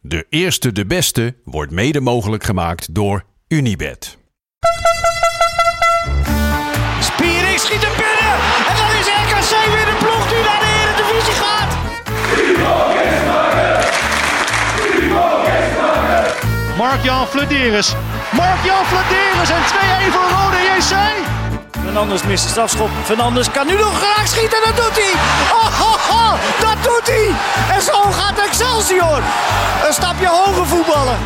De eerste de beste wordt mede mogelijk gemaakt door Unibed. Spiering schiet hem binnen. En dan is RKC weer de ploeg die naar de Eredivisie gaat. Mark-Jan Flederis. Mark-Jan Flederis en 2-1 voor Rode JC. Fernandes mist de strafschop. Fernandes kan nu nog graag schieten. Dat doet hij. Oh, oh, oh, dat doet hij. En zo gaat Excelsior. Een stapje hoger voetballen.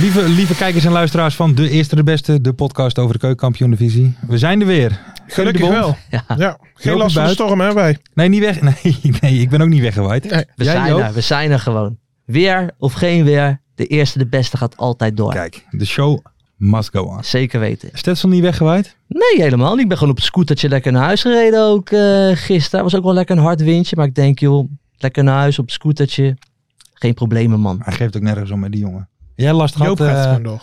Lieve, lieve kijkers en luisteraars van De Eerste de Beste, de podcast over de keukenkampioen-divisie. We zijn er weer. Gelukkig Bond. wel. Ja. Geen Jopie last van de Buit. storm, hè, wij. Nee, niet weg. Nee, nee, ik ben ook niet weggewaaid. Dus Nee. We Jij, zijn Joop? er, we zijn er gewoon. Weer of geen weer, de eerste de beste gaat altijd door. Kijk, de show must go on. Zeker weten. Stetson niet weggewaaid? Nee, helemaal niet. Ik ben gewoon op een scootertje lekker naar huis gereden ook eh gisteren. Was ook wel lekker een hard windje, maar ik denk joh, lekker naar huis op een scootertje. Geen problemen man. Hij geeft ook nergens om met die jongen. Jij last Joop gehad, gaat het eh, gewoon door.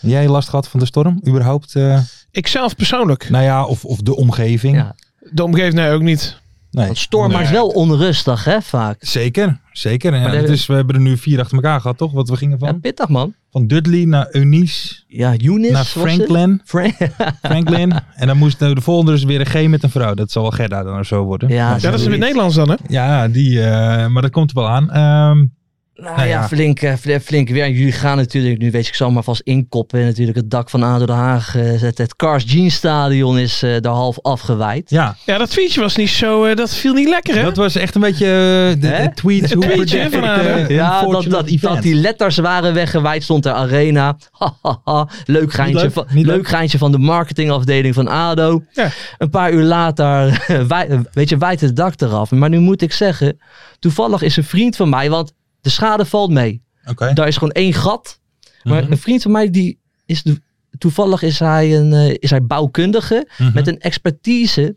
jij last gehad van de storm? Überhaupt? eh, Ik zelf persoonlijk. nou ja, of, of de omgeving? Ja. De omgeving, nee, ook niet. Nee. Want storm maar is wel onrustig hè, vaak. Zeker, zeker. En Maar het de- is, we hebben er nu vier achter elkaar gehad, toch? Wat we gingen Ja, van? pittig man. Van Dudley naar Eunice, Ja, Younis naar was het. Franklin. Frank- Franklin. en dan moest de de volgende dus weer een G met een vrouw. Dat zal wel Gerda dan of zo worden. Ja, Maar Ja, dat is in het zoiets. Nederlands dan, hè? Ja, die, eh, maar dat komt er wel aan. Ehm, Nou Nou ja, ja. Flink, eh, fl- flink weer. En jullie gaan natuurlijk, nu weet ik zo maar vast inkoppen. Natuurlijk het dak van ADO Den Haag. eh, Het, het Cars Jeans Stadion is eh, daar half afgewijd. ja, Ja, dat tweetje was niet zo... eh, dat viel niet lekker, hè? dat was echt een beetje eh, de, Hè? de tweets. Hoe tweetje project, van haar, eh, Ja, dat, unfortunate dat, dat event. die letters waren weggewijd, stond er arena. Ha, ha, ha. Leuk, geintje, leuk, van, niet leuk leuk. geintje van de marketingafdeling van ADO. Ja. Een paar uur later, wij- weet je, wijt het dak eraf. Maar nu moet ik zeggen, toevallig is een vriend van mij, want de schade valt mee. Oké. Daar is gewoon één gat. Maar een vriend van mij, die is de- toevallig is hij, een, eh, is hij bouwkundige Mhm. met een expertise,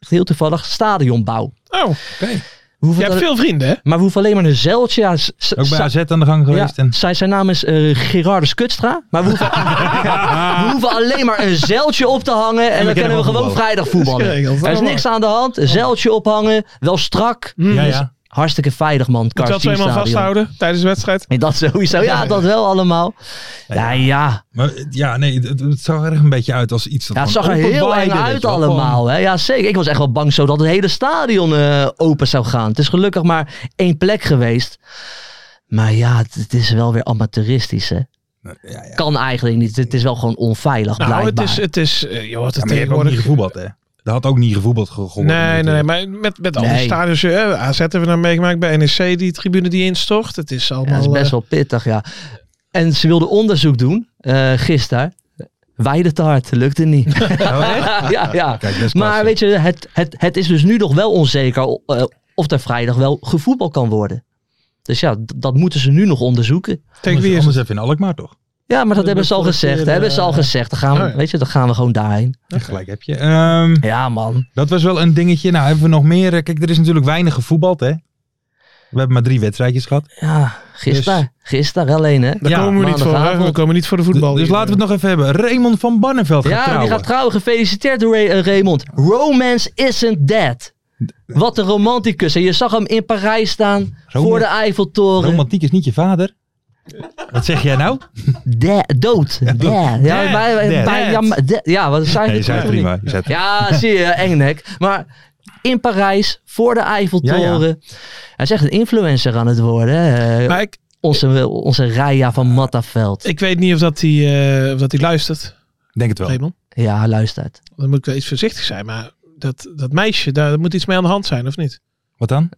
echt heel toevallig, stadionbouw. Oh, We hoeven je hebt dat- veel vrienden, hè? Maar we hoeven alleen maar een zeiltje. Ja, s- s- Ook bij sa- AZ aan de gang geweest. ja, En, zijn, zijn naam is eh, Gerardus Kutstra. Maar we hoeven, we hoeven alleen maar een zeiltje op te hangen. En, kunnen dan kunnen we gewoon gewoon voetballen. vrijdag voetballen. Dat is geregeld. er is niks aan de hand. Een zeiltje ophangen. Wel strak. ja, Dus ja. Hartstikke veilig, man. Moet je Cars dat twee man Teamstadion. vasthouden tijdens de wedstrijd? Nee, dat sowieso. Oh Ja, dat wel allemaal. Ja, ja. Maar eh, ja, nee, het, het- het zag er echt een beetje uit als iets. dat ja het van zag er heel openbaarde, eng weet uit je wel, van- allemaal. Hè? Ja, zeker. Ik was echt wel bang zo dat het hele stadion eh, open zou gaan. Het is gelukkig maar één plek geweest. Maar ja, het, het is wel weer amateuristisch, hè. ja, ja. Kan eigenlijk niet. Het is wel gewoon onveilig, Nou, het blijkbaar. is... Het is eh, joh, wat Ja, het maar je hebt ook niet tegenwoordig... gevoetbald, hè? Dat had ook niet gevoetbald ge- geworden. Nee, nee, nee, natuurlijk. maar met, met al die Nee. stadions, eh, AZ hebben we nou meegemaakt bij NEC, die tribune die instort. Het is Ja, allemaal... dat is best eh, wel pittig, ja. En ze wilde onderzoek doen, eh gisteren. Weide te hard, lukte niet. ja, ja. Oh, Kijk, dat is klasse. Maar weet je, het, het, het is dus nu nog wel onzeker eh, of er vrijdag wel gevoetbal kan worden. Dus ja, d- dat moeten ze nu nog onderzoeken. tegen wie Anders- is het? Anders even in Alkmaar, toch? Ja, maar dat hebben ze al wordt gezegd. weer, hè, hebben ze al eh, gezegd. Dan gaan we, oh ja. Weet je, dan gaan we gewoon daarheen. Ja, gelijk heb je. Ehm, Ja, man. Dat was wel een dingetje. Nou, hebben we nog meer. eh, Kijk, er is natuurlijk weinig gevoetbald, hè? We hebben maar drie wedstrijdjes gehad. Ja, gisteren. Dus- Gisteren alleen, hè. Daar Ja, komen we niet voor, hè? maandagavond. We komen niet voor de voetbal. dus hier. eh. laten we het nog even hebben. Raymond van Barneveld gaat ja, trouwen. die gaat trouwen. Gefeliciteerd, Ray- eh, Raymond. Romance isn't dead. Wat een romanticus. En je zag hem in Parijs staan, Roma- voor de Eiffeltoren. Romantiek is niet je vader. Wat zeg jij nou? De- dood. Dead. Ja, Dead. bij- bij- Dead. bij- ja, maar de- ja, wat zei Nee, je ik? zei het prima. Je zei het- Ja, zie je, engnek. Maar in Parijs, voor de Eiffeltoren. Hij is echt een influencer aan het worden. hè. Eh, Maar ik, onze, onze Raya van Mattaveld. ik weet niet of dat hij eh, of dat hij luistert, Denk het wel. Raymond. Ja, luistert. Dan moet ik wel iets voorzichtig zijn, maar dat, dat meisje, daar moet iets mee aan de hand zijn, of niet? Wat dan?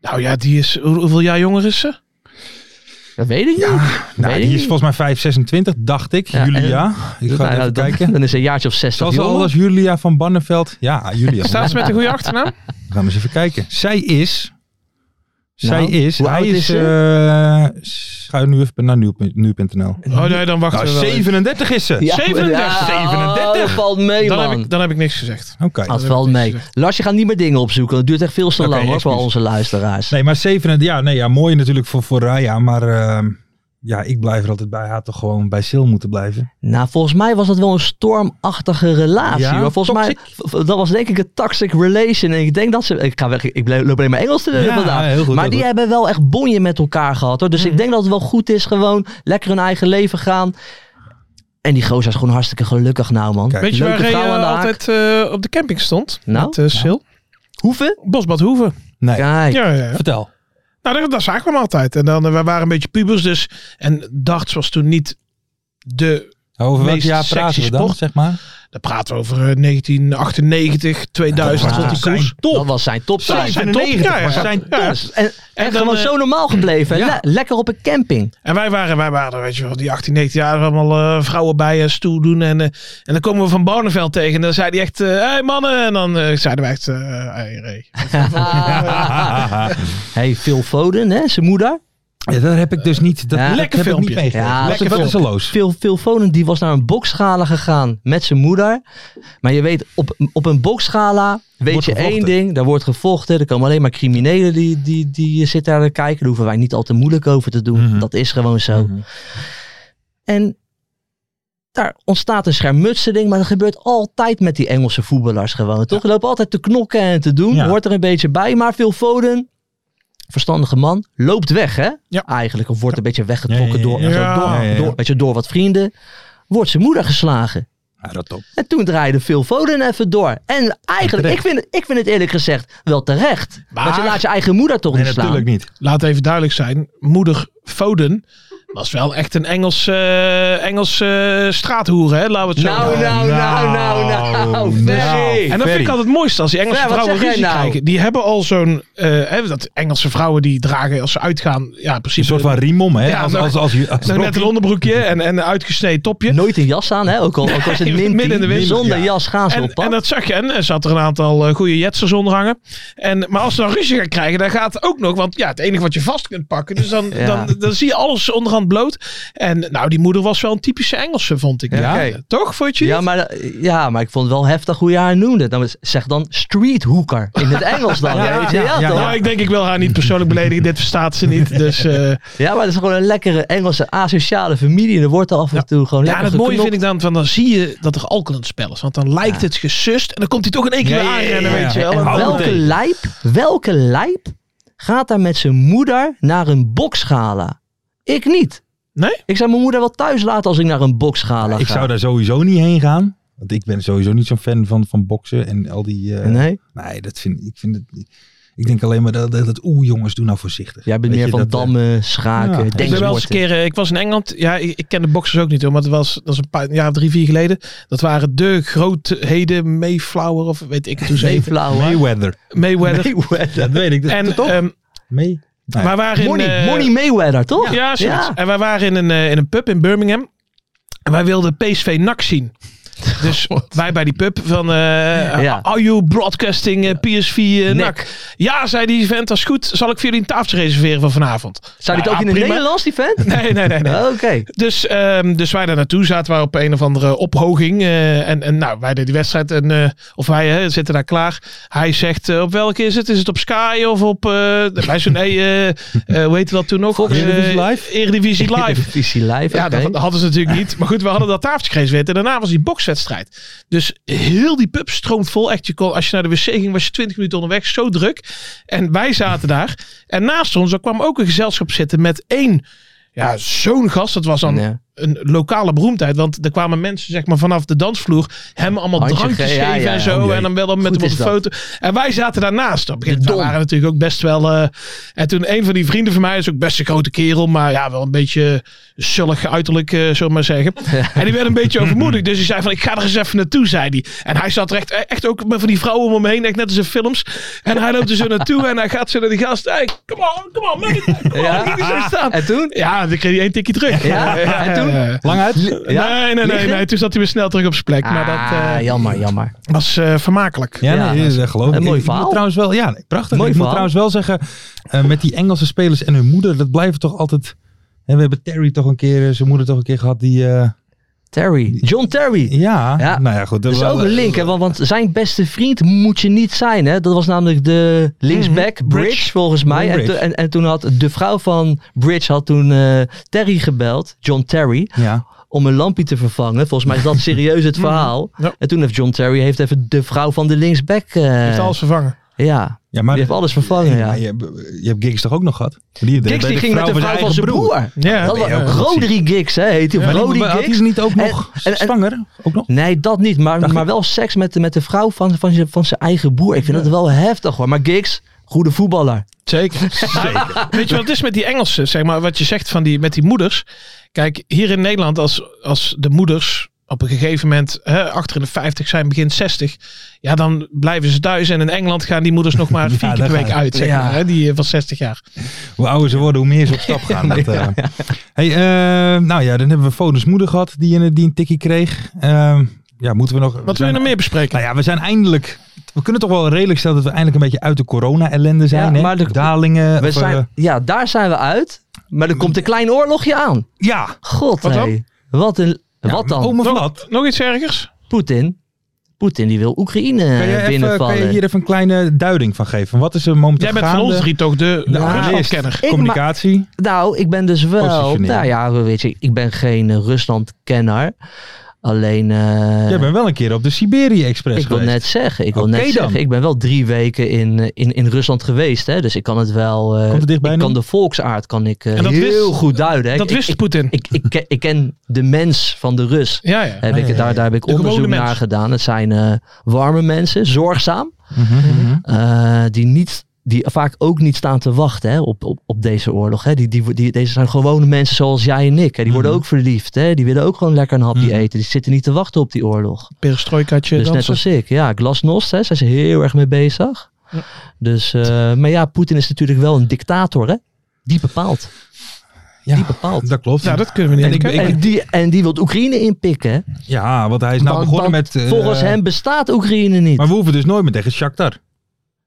Nou ja, die is, hoe- hoeveel jaar jonger is ze? Dat weet ik niet. Nou, Weet ik die is niet. volgens mij 526, dacht ik. Ja, Julia. Ik ga Nou ja, even dan, kijken. dan is ze een jaartje of 60 Zoals al jonger. als Julia van Barneveld. Ja, ah, Julia. van Staat ze met een goede achternaam? We gaan we eens even kijken. Zij is. Zij Nou, is. hoe hij oud is. is ze? eh, ga je nu even naar nieuw- nu.nl. Oh nee, dan wachten Nou, we wel. even. 37 is ze. Ja, 37. Oh, dat valt mee, Dan man. heb, ik, dan heb ik niks gezegd. Oké. dat heb valt ik mee. gezegd. Lars, je gaat niet meer dingen opzoeken. Dat duurt echt veel te Oké, lang hoor, voor excuus. onze luisteraars. Nee, maar 37. Ja, nee, ja, mooi natuurlijk voor, voor Raya. Maar ehm, ja, ik blijf er altijd bij. Haar toch gewoon bij Sil moeten blijven. Nou, volgens mij was dat wel een stormachtige relatie. Ja, hoor. Volgens mij, v- v- dat was denk ik een toxic relation. En ik denk dat ze, ik, ga weg, ik blijf- loop alleen maar Engels te Ja, vandaag. heel goed, maar heel die goed. hebben wel echt bonje met elkaar gehad hoor. Dus ik denk dat het wel goed is gewoon lekker hun eigen leven gaan. En die gozer is gewoon hartstikke gelukkig nou man. Kijk. Weet je Leuke waar hij vrouw aan eh, de haak. altijd eh, op de camping stond? Nou? Met eh, Sil. Hoeven? Bosbad Hoeven. Nee. Kijk. Ja, ja, ja. Vertel. Nou, dat, dat zagen we hem altijd. En dan, eh, wij waren een beetje pubers dus. En darts was toen niet de... Over welk Meest jaar praten sexy we dan, sport. zeg maar? Daar praten we over eh, 1998, 2000. Ja, tot die zijn koers. Dat was zijn toptijd. zijn top. Ja, Ja, ja. zijn Ja. top. En, en, En dan, gewoon eh, zo normaal gebleven. ja. Le- lekker op een camping. En wij waren, wij waren, weet je wel, die 18, 19 jaar allemaal eh, vrouwen bij eh, stoel doen. En, eh, en dan komen we van Barneveld tegen. En dan zei hij echt, hé hey, mannen. En dan eh, zeiden wij echt, eh hey, Ray. hey, Phil Foden, hè, zijn moeder. Ja, daar heb ik dus niet. Dat, Ja. dat Lekker heb ik niet filmpje. meegekregen. Ja, Lekker dat is filmpje. Wisseloos. Phil, Phil Foden die was naar een bokschala gegaan met zijn moeder. Maar je weet, op, op een bokschala weet Wordt je gevochten. één ding. Daar wordt gevochten. Er komen alleen maar criminelen die, die, die zitten daar te kijken. Daar hoeven wij niet al te moeilijk over te doen. Mhm. Dat is gewoon zo. Mhm. En daar ontstaat een schermutseling. Maar dat gebeurt altijd met die Engelse voetballers gewoon. Toch? Die lopen altijd te knokken en te doen. Ja. Hoort er een beetje bij. Maar Phil Foden... Verstandige man, loopt weg, hè? Ja. Eigenlijk. Of wordt een beetje weggetrokken Ja, ja, ja, door, ja. zo door, Ja, ja, ja. door, weet je, door wat vrienden, wordt zijn moeder geslagen. Ja, dat top. En toen draaide Phil Foden even door. En eigenlijk, Terecht. ik vind, het- ik vind het eerlijk gezegd wel terecht. Maar- Want je laat je eigen moeder toch Nee, niet slaan. natuurlijk niet. Laat even duidelijk zijn, moeder Foden was wel echt een Engels, eh, Engels eh, straathoer, hè? Laten we het zo Nou, noemen. nou, nou, nou, nou. Nou, Ferry. En dat vind ik altijd het mooiste als die Engelse Ja, wat vrouwen zeg jij ruzie nou? krijgen. Die hebben al zo'n. eh, hè, dat Engelse vrouwen die dragen als ze uitgaan. Ja, in Een principe. soort van riemom, hè? Ja, als, zo- als, als, als, Zo'n net een onderbroekje en, en een uitgesneden topje. Nooit een jas aan, hè? Ook al, ook al is het Nee, min midden in de 10, winter, Zonder ja. jas gaan ze En, op pad. en dat zag je. En er zat er een aantal eh, goede jetsers onder hangen. En, maar als ze dan ruzie gaan krijgen, dan gaat het ook nog. Want ja, het enige wat je vast kunt pakken. Dus dan, Ja. dan, dan zie je alles onderhand bloot. En nou, die moeder was wel een typische Engelse, vond ik. Ja? Toch, vond je ja, niet? maar, ja, maar ik vond het wel heftig hoe je haar noemde. Dan zeg dan street hooker in het Engels dan. Ja, weet je? ja, ja. toch? Nou, ik denk ik wil haar niet persoonlijk beledigen. Dit verstaat ze niet. Dus, eh, Ja, maar het is gewoon een lekkere Engelse asociale familie. En er wordt er af en toe gewoon Ja, en lekker het mooie geknokt. vind ik dan, van, dan zie je dat er alcohol in het spel is. Want dan lijkt het gesust en dan komt hij toch in één Ja, keer weer ja, ja, aanrennen, ja. weet je wel. En En Hou welke meteen. lijp, welke lijp gaat daar met zijn moeder naar een boksgala? Ik niet. Nee? Ik zou mijn moeder wel thuis laten als ik naar een boksgala ga. Ik zou daar sowieso niet heen gaan. Want ik ben sowieso niet zo'n fan van, van boksen en al die... eh, nee. Nee, dat vind ik... Vind het, ik denk alleen maar dat, dat, dat oeh jongens, doe nou voorzichtig. jij bent Weet je, meer van dat, eh, dammen, schaken, ja. Ik ben ik ben wel eens een denksporten. keer, eh, ik was in Engeland, ja, ik, ik ken de boxers ook niet hoor, maar dat was, dat was een paar jaar, drie, vier geleden. Dat waren de grootheden, Mayflower of weet ik het hoe ze heet, Zeeflauw. eh, Mayweather. Mayweather. Dat weet ik. Dat En, toch? ehm, May. Ja. wij waren in, Money, eh, Money Mayweather, toch? Ja, zoiets. En wij waren in een, eh, in een pub in Birmingham. En wij wilden PSV NAC zien. Dus wij bij die pub van... eh, Ja. Are you broadcasting eh, PSV eh, NAC? Ja, zei die vent, dat is goed. Zal ik voor jullie een tafeltje reserveren van vanavond? Zou dit Nou, ook in ja, het prima. Nederlands, die vent? Oh, Nee, nee, nee. nee. Oké. Dus, ehm, dus wij daar naartoe zaten wij op een of andere ophoging. eh, en, en nou, wij deden die wedstrijd. En, eh, of wij eh, zitten daar klaar. Hij zegt, eh, op welke is het? Is het op Sky of op... eh wij zo, nee, eh, eh, hoe heette dat toen nog? Fox. Eh, Eredivisie Live? Eredivisie Live. Visie live, Ja, oké. dat hadden ze natuurlijk niet. Maar goed, we hadden dat tafeltje gereed weten. En daarna was die bokswedstrijd. Dus heel die pub stroomt vol. Echt, je kon, als je naar de wc ging, was je 20 minuten onderweg. Zo druk. En wij zaten daar. En naast ons, daar kwam ook een gezelschap zitten met één... Ja, zo'n gast. Dat was dan Ja. een lokale beroemdheid. Want er kwamen mensen zeg maar, vanaf de dansvloer hem allemaal Handje drankjes ge- ja, geven ja, en ja. zo. Oh, jee. en dan wel dan met Goed hem op is de dat. foto. En wij zaten daarnaast. Op een gegeven moment De Don. waren natuurlijk ook best wel... eh, en toen een van die vrienden van mij is ook best een grote kerel. Maar ja, wel een beetje zullig uiterlijk, eh zullen we maar zeggen. En die werd een beetje overmoedig. Dus hij zei van, ik ga er eens even naartoe, zei hij. En hij zat er echt, eh, echt ook met van die vrouwen om hem heen. Echt net als in films. En hij loopt er zo naartoe en hij gaat zo naar die gast. Hey, come on, come on, man. Come on, Ja. Ging hij zo staan. En toen? Ja, dan kreeg hij één tikje terug. Ja? En toen? Lang uit? Ja? Nee, nee, nee, Liggen? nee. Toen zat hij weer snel terug op zijn plek. Maar dat Ah, eh, jammer, jammer. was eh, vermakelijk. Ja, Ja, nee, dat is echt geloof ik. een mooi Ik- ik moet verhaal. trouwens wel, ja, nee, prachtig. Mooi ik moet verhaal. trouwens wel zeggen, eh, met die Engelse spelers en hun moeder, dat blijven toch altijd... hè, we hebben Terry toch een keer, eh, zijn moeder toch een keer gehad die... eh, Terry. John Terry. ja, Ja. nou ja, goed. Dat is ook eh, een link, hè? Want, want zijn beste vriend moet je niet zijn, hè? Dat was namelijk de linksback Mhm. Bridge, Bridge. volgens mij. En, Bridge. toen- en, en toen had de vrouw van Bridge had toen eh, Terry gebeld, John Terry, Ja, om een lampje te vervangen. Volgens mij is dat serieus het verhaal. Mhm. Ja. En toen heeft John Terry heeft even de vrouw van de linksback. eh, Heeft alles vervangen. Ja, ja maar... die heeft alles vervangen. Ja. maar je, hebt- je hebt Giggs toch ook nog gehad? Die, deed Giggs bij die ging met de vrouw van eigen zijn broer. Ja, Dat was, ja, Rodri Giggs, hè? Heet hij? Maar die- Rodri maar had hij Giggs. ze niet ook En- nog en- en- zwanger? Ook nog? Nee, dat niet. Maar, Dacht maar ik. wel seks met, de- met de vrouw van, van, zijn- van zijn eigen broer. Ik vind dat wel heftig hoor. Maar Giggs, goede voetballer. Zeker. Weet je wat het is met die Engelsen? Zeg maar, wat je zegt van die, met die moeders. Kijk, hier in Nederland, als, als de moeders op een gegeven moment hè, achter in de 50 zijn, begin 60. Ja, dan blijven ze thuis. En in Engeland gaan die moeders nog maar vier Ja, keer per daar week gaat uit. Zeg Ja. maar, hè, die eh, van 60 jaar. Hoe ouder ze worden, hoe meer ze op stap gaan. Dat, eh. Hey, eh, nou ja, dan hebben we Fodens moeder gehad die een, die een tikkie kreeg. Eh, ja, moeten we nog... we Wat wil zijn- je nog meer bespreken? Nou ja, we zijn eindelijk... We kunnen toch wel redelijk stellen dat we eindelijk een beetje uit de corona-ellende zijn. Ja, hè? maar de- Dalingen. We of, eh, zijn, ja, daar zijn we uit. Maar er komt een klein oorlogje aan. ja. Oh, God, Wat dan? hé. Wat, een, wat dan? Ome Vlad. nog, nog iets ergers? Poetin. Poetin die wil Oekraïne Kan je, even, kan Eh, binnenvallen. je hier even een kleine duiding van geven? Wat is er momenteel Jij bent van gaande? ons drie toch de De Ja. journalist, kenner. Ik communicatie. Nou, ik ben dus wel... Positioneren. Nou ja, weet je, ik ben geen eh, Rusland-kenner. Alleen... eh, Jij bent wel een keer op de Siberië-express Ik wil geweest. net zeggen, ik wil Oké net dan. zeggen, ik ben wel drie weken in, eh, in, in Rusland geweest, hè, dus ik kan het wel. eh, Komt het dichtbij ik nu? kan de volksaard kan ik eh, En dat heel wist- goed duiden. hè. Dat Ik- wist ik, Poetin. ik, ik, ken- ik ken de mens van de Rus. Ja, Ah, ja. Heb ik, daar, daar heb ik De gewone onderzoek mens. naar gedaan. Het zijn eh, warme mensen, zorgzaam, Mhm, mhm. eh, die, niet, die vaak ook niet staan te wachten hè, op, op, op deze oorlog. Hè. Die, die, die, deze zijn gewone mensen zoals jij en ik. Hè. Die worden Mhm. ook verliefd. Hè. Die willen ook gewoon lekker een hapje Mhm. eten. Die zitten niet te wachten op die oorlog. Perestrojkaatje Dus net dansen. als ik, ja, glasnost, hè, zijn ze heel erg mee bezig. Ja. Dus, eh, maar ja, Poetin is natuurlijk wel een dictator, hè? Die bepaalt. Ja, die bepaalt. Dat klopt. Nou, dat kunnen we En niet. ik- ontkennen. En die, en die wil Oekraïne inpikken. hè? Ja, want hij is nou Want- begonnen want met... eh, Volgens hem bestaat Oekraïne niet. Maar we hoeven dus nooit meer tegen Shakhtar.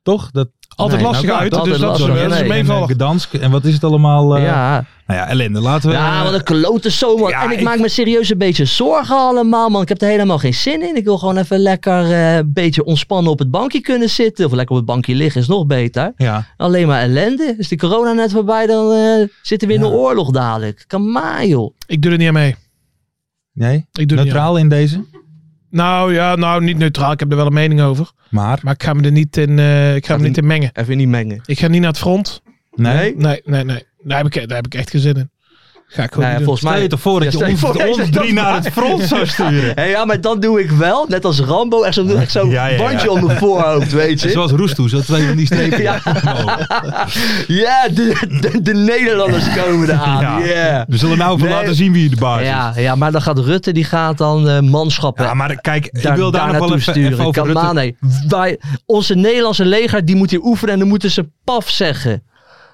Toch? Dat, Altijd Nee, lastig nou, uit, dat- dus dat dat- is dat- dat is nee. en, eh, meevallig. Gdansk. En wat is het allemaal? eh, ja. Nou ja, ellende. Laten we... ja, wat een klote zomer. ja, en ik, ik- maak me serieus een beetje zorgen allemaal, man. Ik heb er helemaal geen zin in. Ik wil gewoon even lekker eh, een beetje ontspannen op het bankje kunnen zitten. Of lekker op het bankje liggen is nog beter. Ja. Alleen maar ellende. Is de corona net voorbij, dan eh, zitten we in Ja. een oorlog dadelijk. Kan maar, joh. Ik doe er niet aan mee. Nee? Ik doe er niet aan. Neutraal in deze. Nou ja, nou niet neutraal. Ik heb er wel een mening over. Maar... Maar ik ga me er niet in, eh, ik ga me Gaat niet in mengen. Even niet mengen. Ik ga niet naar het front. Nee? Nee, nee, nee. Daar heb ik, daar heb ik echt geen zin in. Ga ik gewoon Nou ja, niet doen. volgens Stel mij... je toch voor dat Ja, je stel ons, je voor dat je ons dat drie naar maakt. het front zou sturen. Hé, ja, maar dat doe ik wel. Net als Rambo. Echt zo'n echt zo'n Ja, ja, ja. bandje om mijn voorhoofd, weet je. Zoals Roestoe, zo twee van die strepen. Oh. Ja, de, de, de Nederlanders komen eraan. Ja. Ja. We zullen nou even Nee. laten zien wie de baas is. Ja, ja, maar dan gaat Rutte, die gaat dan eh, manschappen Ja, maar kijk, daar, ik wil daar, nog wel naartoe even, sturen. even over Rutte- Kamane. Wij, onze Nederlandse leger, die moet hier oefenen en dan moeten ze paf zeggen.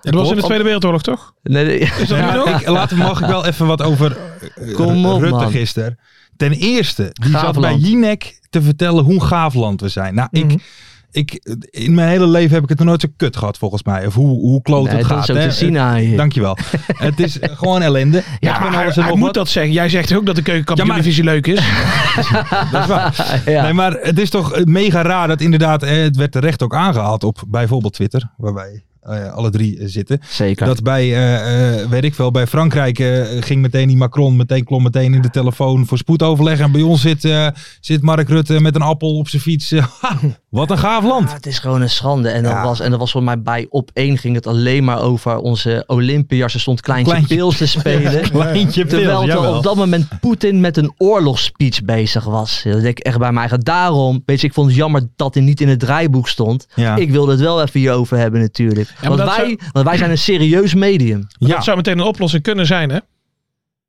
Dat was in de Klopt. Tweede Wereldoorlog, toch? Nee, nee. Nee, maar ik, laten we- mag ik wel even wat over eh, Kom op, Rutte man. gisteren. Ten eerste, die zat bij Gaafland. Jinek te vertellen hoe gaaf land we zijn. Nou, Mhm. ik, ik, in mijn hele leven heb ik het nog nooit zo kut gehad, volgens mij. Of hoe, hoe kloot Nee, het dat gaat. is ook hè. te zien aan je. Eh, Dankjewel. het is eh, gewoon ellende. Ja, Ik ben maar hij, alles en hij nog moet wat. dat zeggen. Jij zegt ook dat de keukenkampioen-divisie Keukenkampioen-divisie leuk is. Dat is waar. Ja. Nee, maar het is toch eh, mega raar dat inderdaad, eh, het werd terecht ook aangehaald op bijvoorbeeld Twitter, waar wij eh, alle drie eh, zitten. Zeker. Dat bij, eh, eh, weet ik veel, bij Frankrijk eh, ging meteen die Macron, meteen klom meteen in de telefoon voor spoedoverleg. En bij ons zit, eh, zit Mark Rutte met een appel op zijn fiets. Ha, wat een gaaf Ja, land. het is gewoon een schande. En dat, Ja. was, en dat was voor mij bij op één ging het alleen maar over onze Olympiërs. Er stond Kleintje, Kleintje. Pils te spelen. Kleintje Terwijl pils, terwijl jawel. op dat moment Poetin met een oorlogsspeech bezig was. Dat denk ik echt bij mij eigen. Daarom, weet je, ik vond het jammer dat dit niet in het draaiboek stond. Ja. Ik wilde het wel even hierover hebben natuurlijk. maar want, dat wij, want wij zijn een serieus medium. Ja. Dat zou meteen een oplossing kunnen zijn, hè?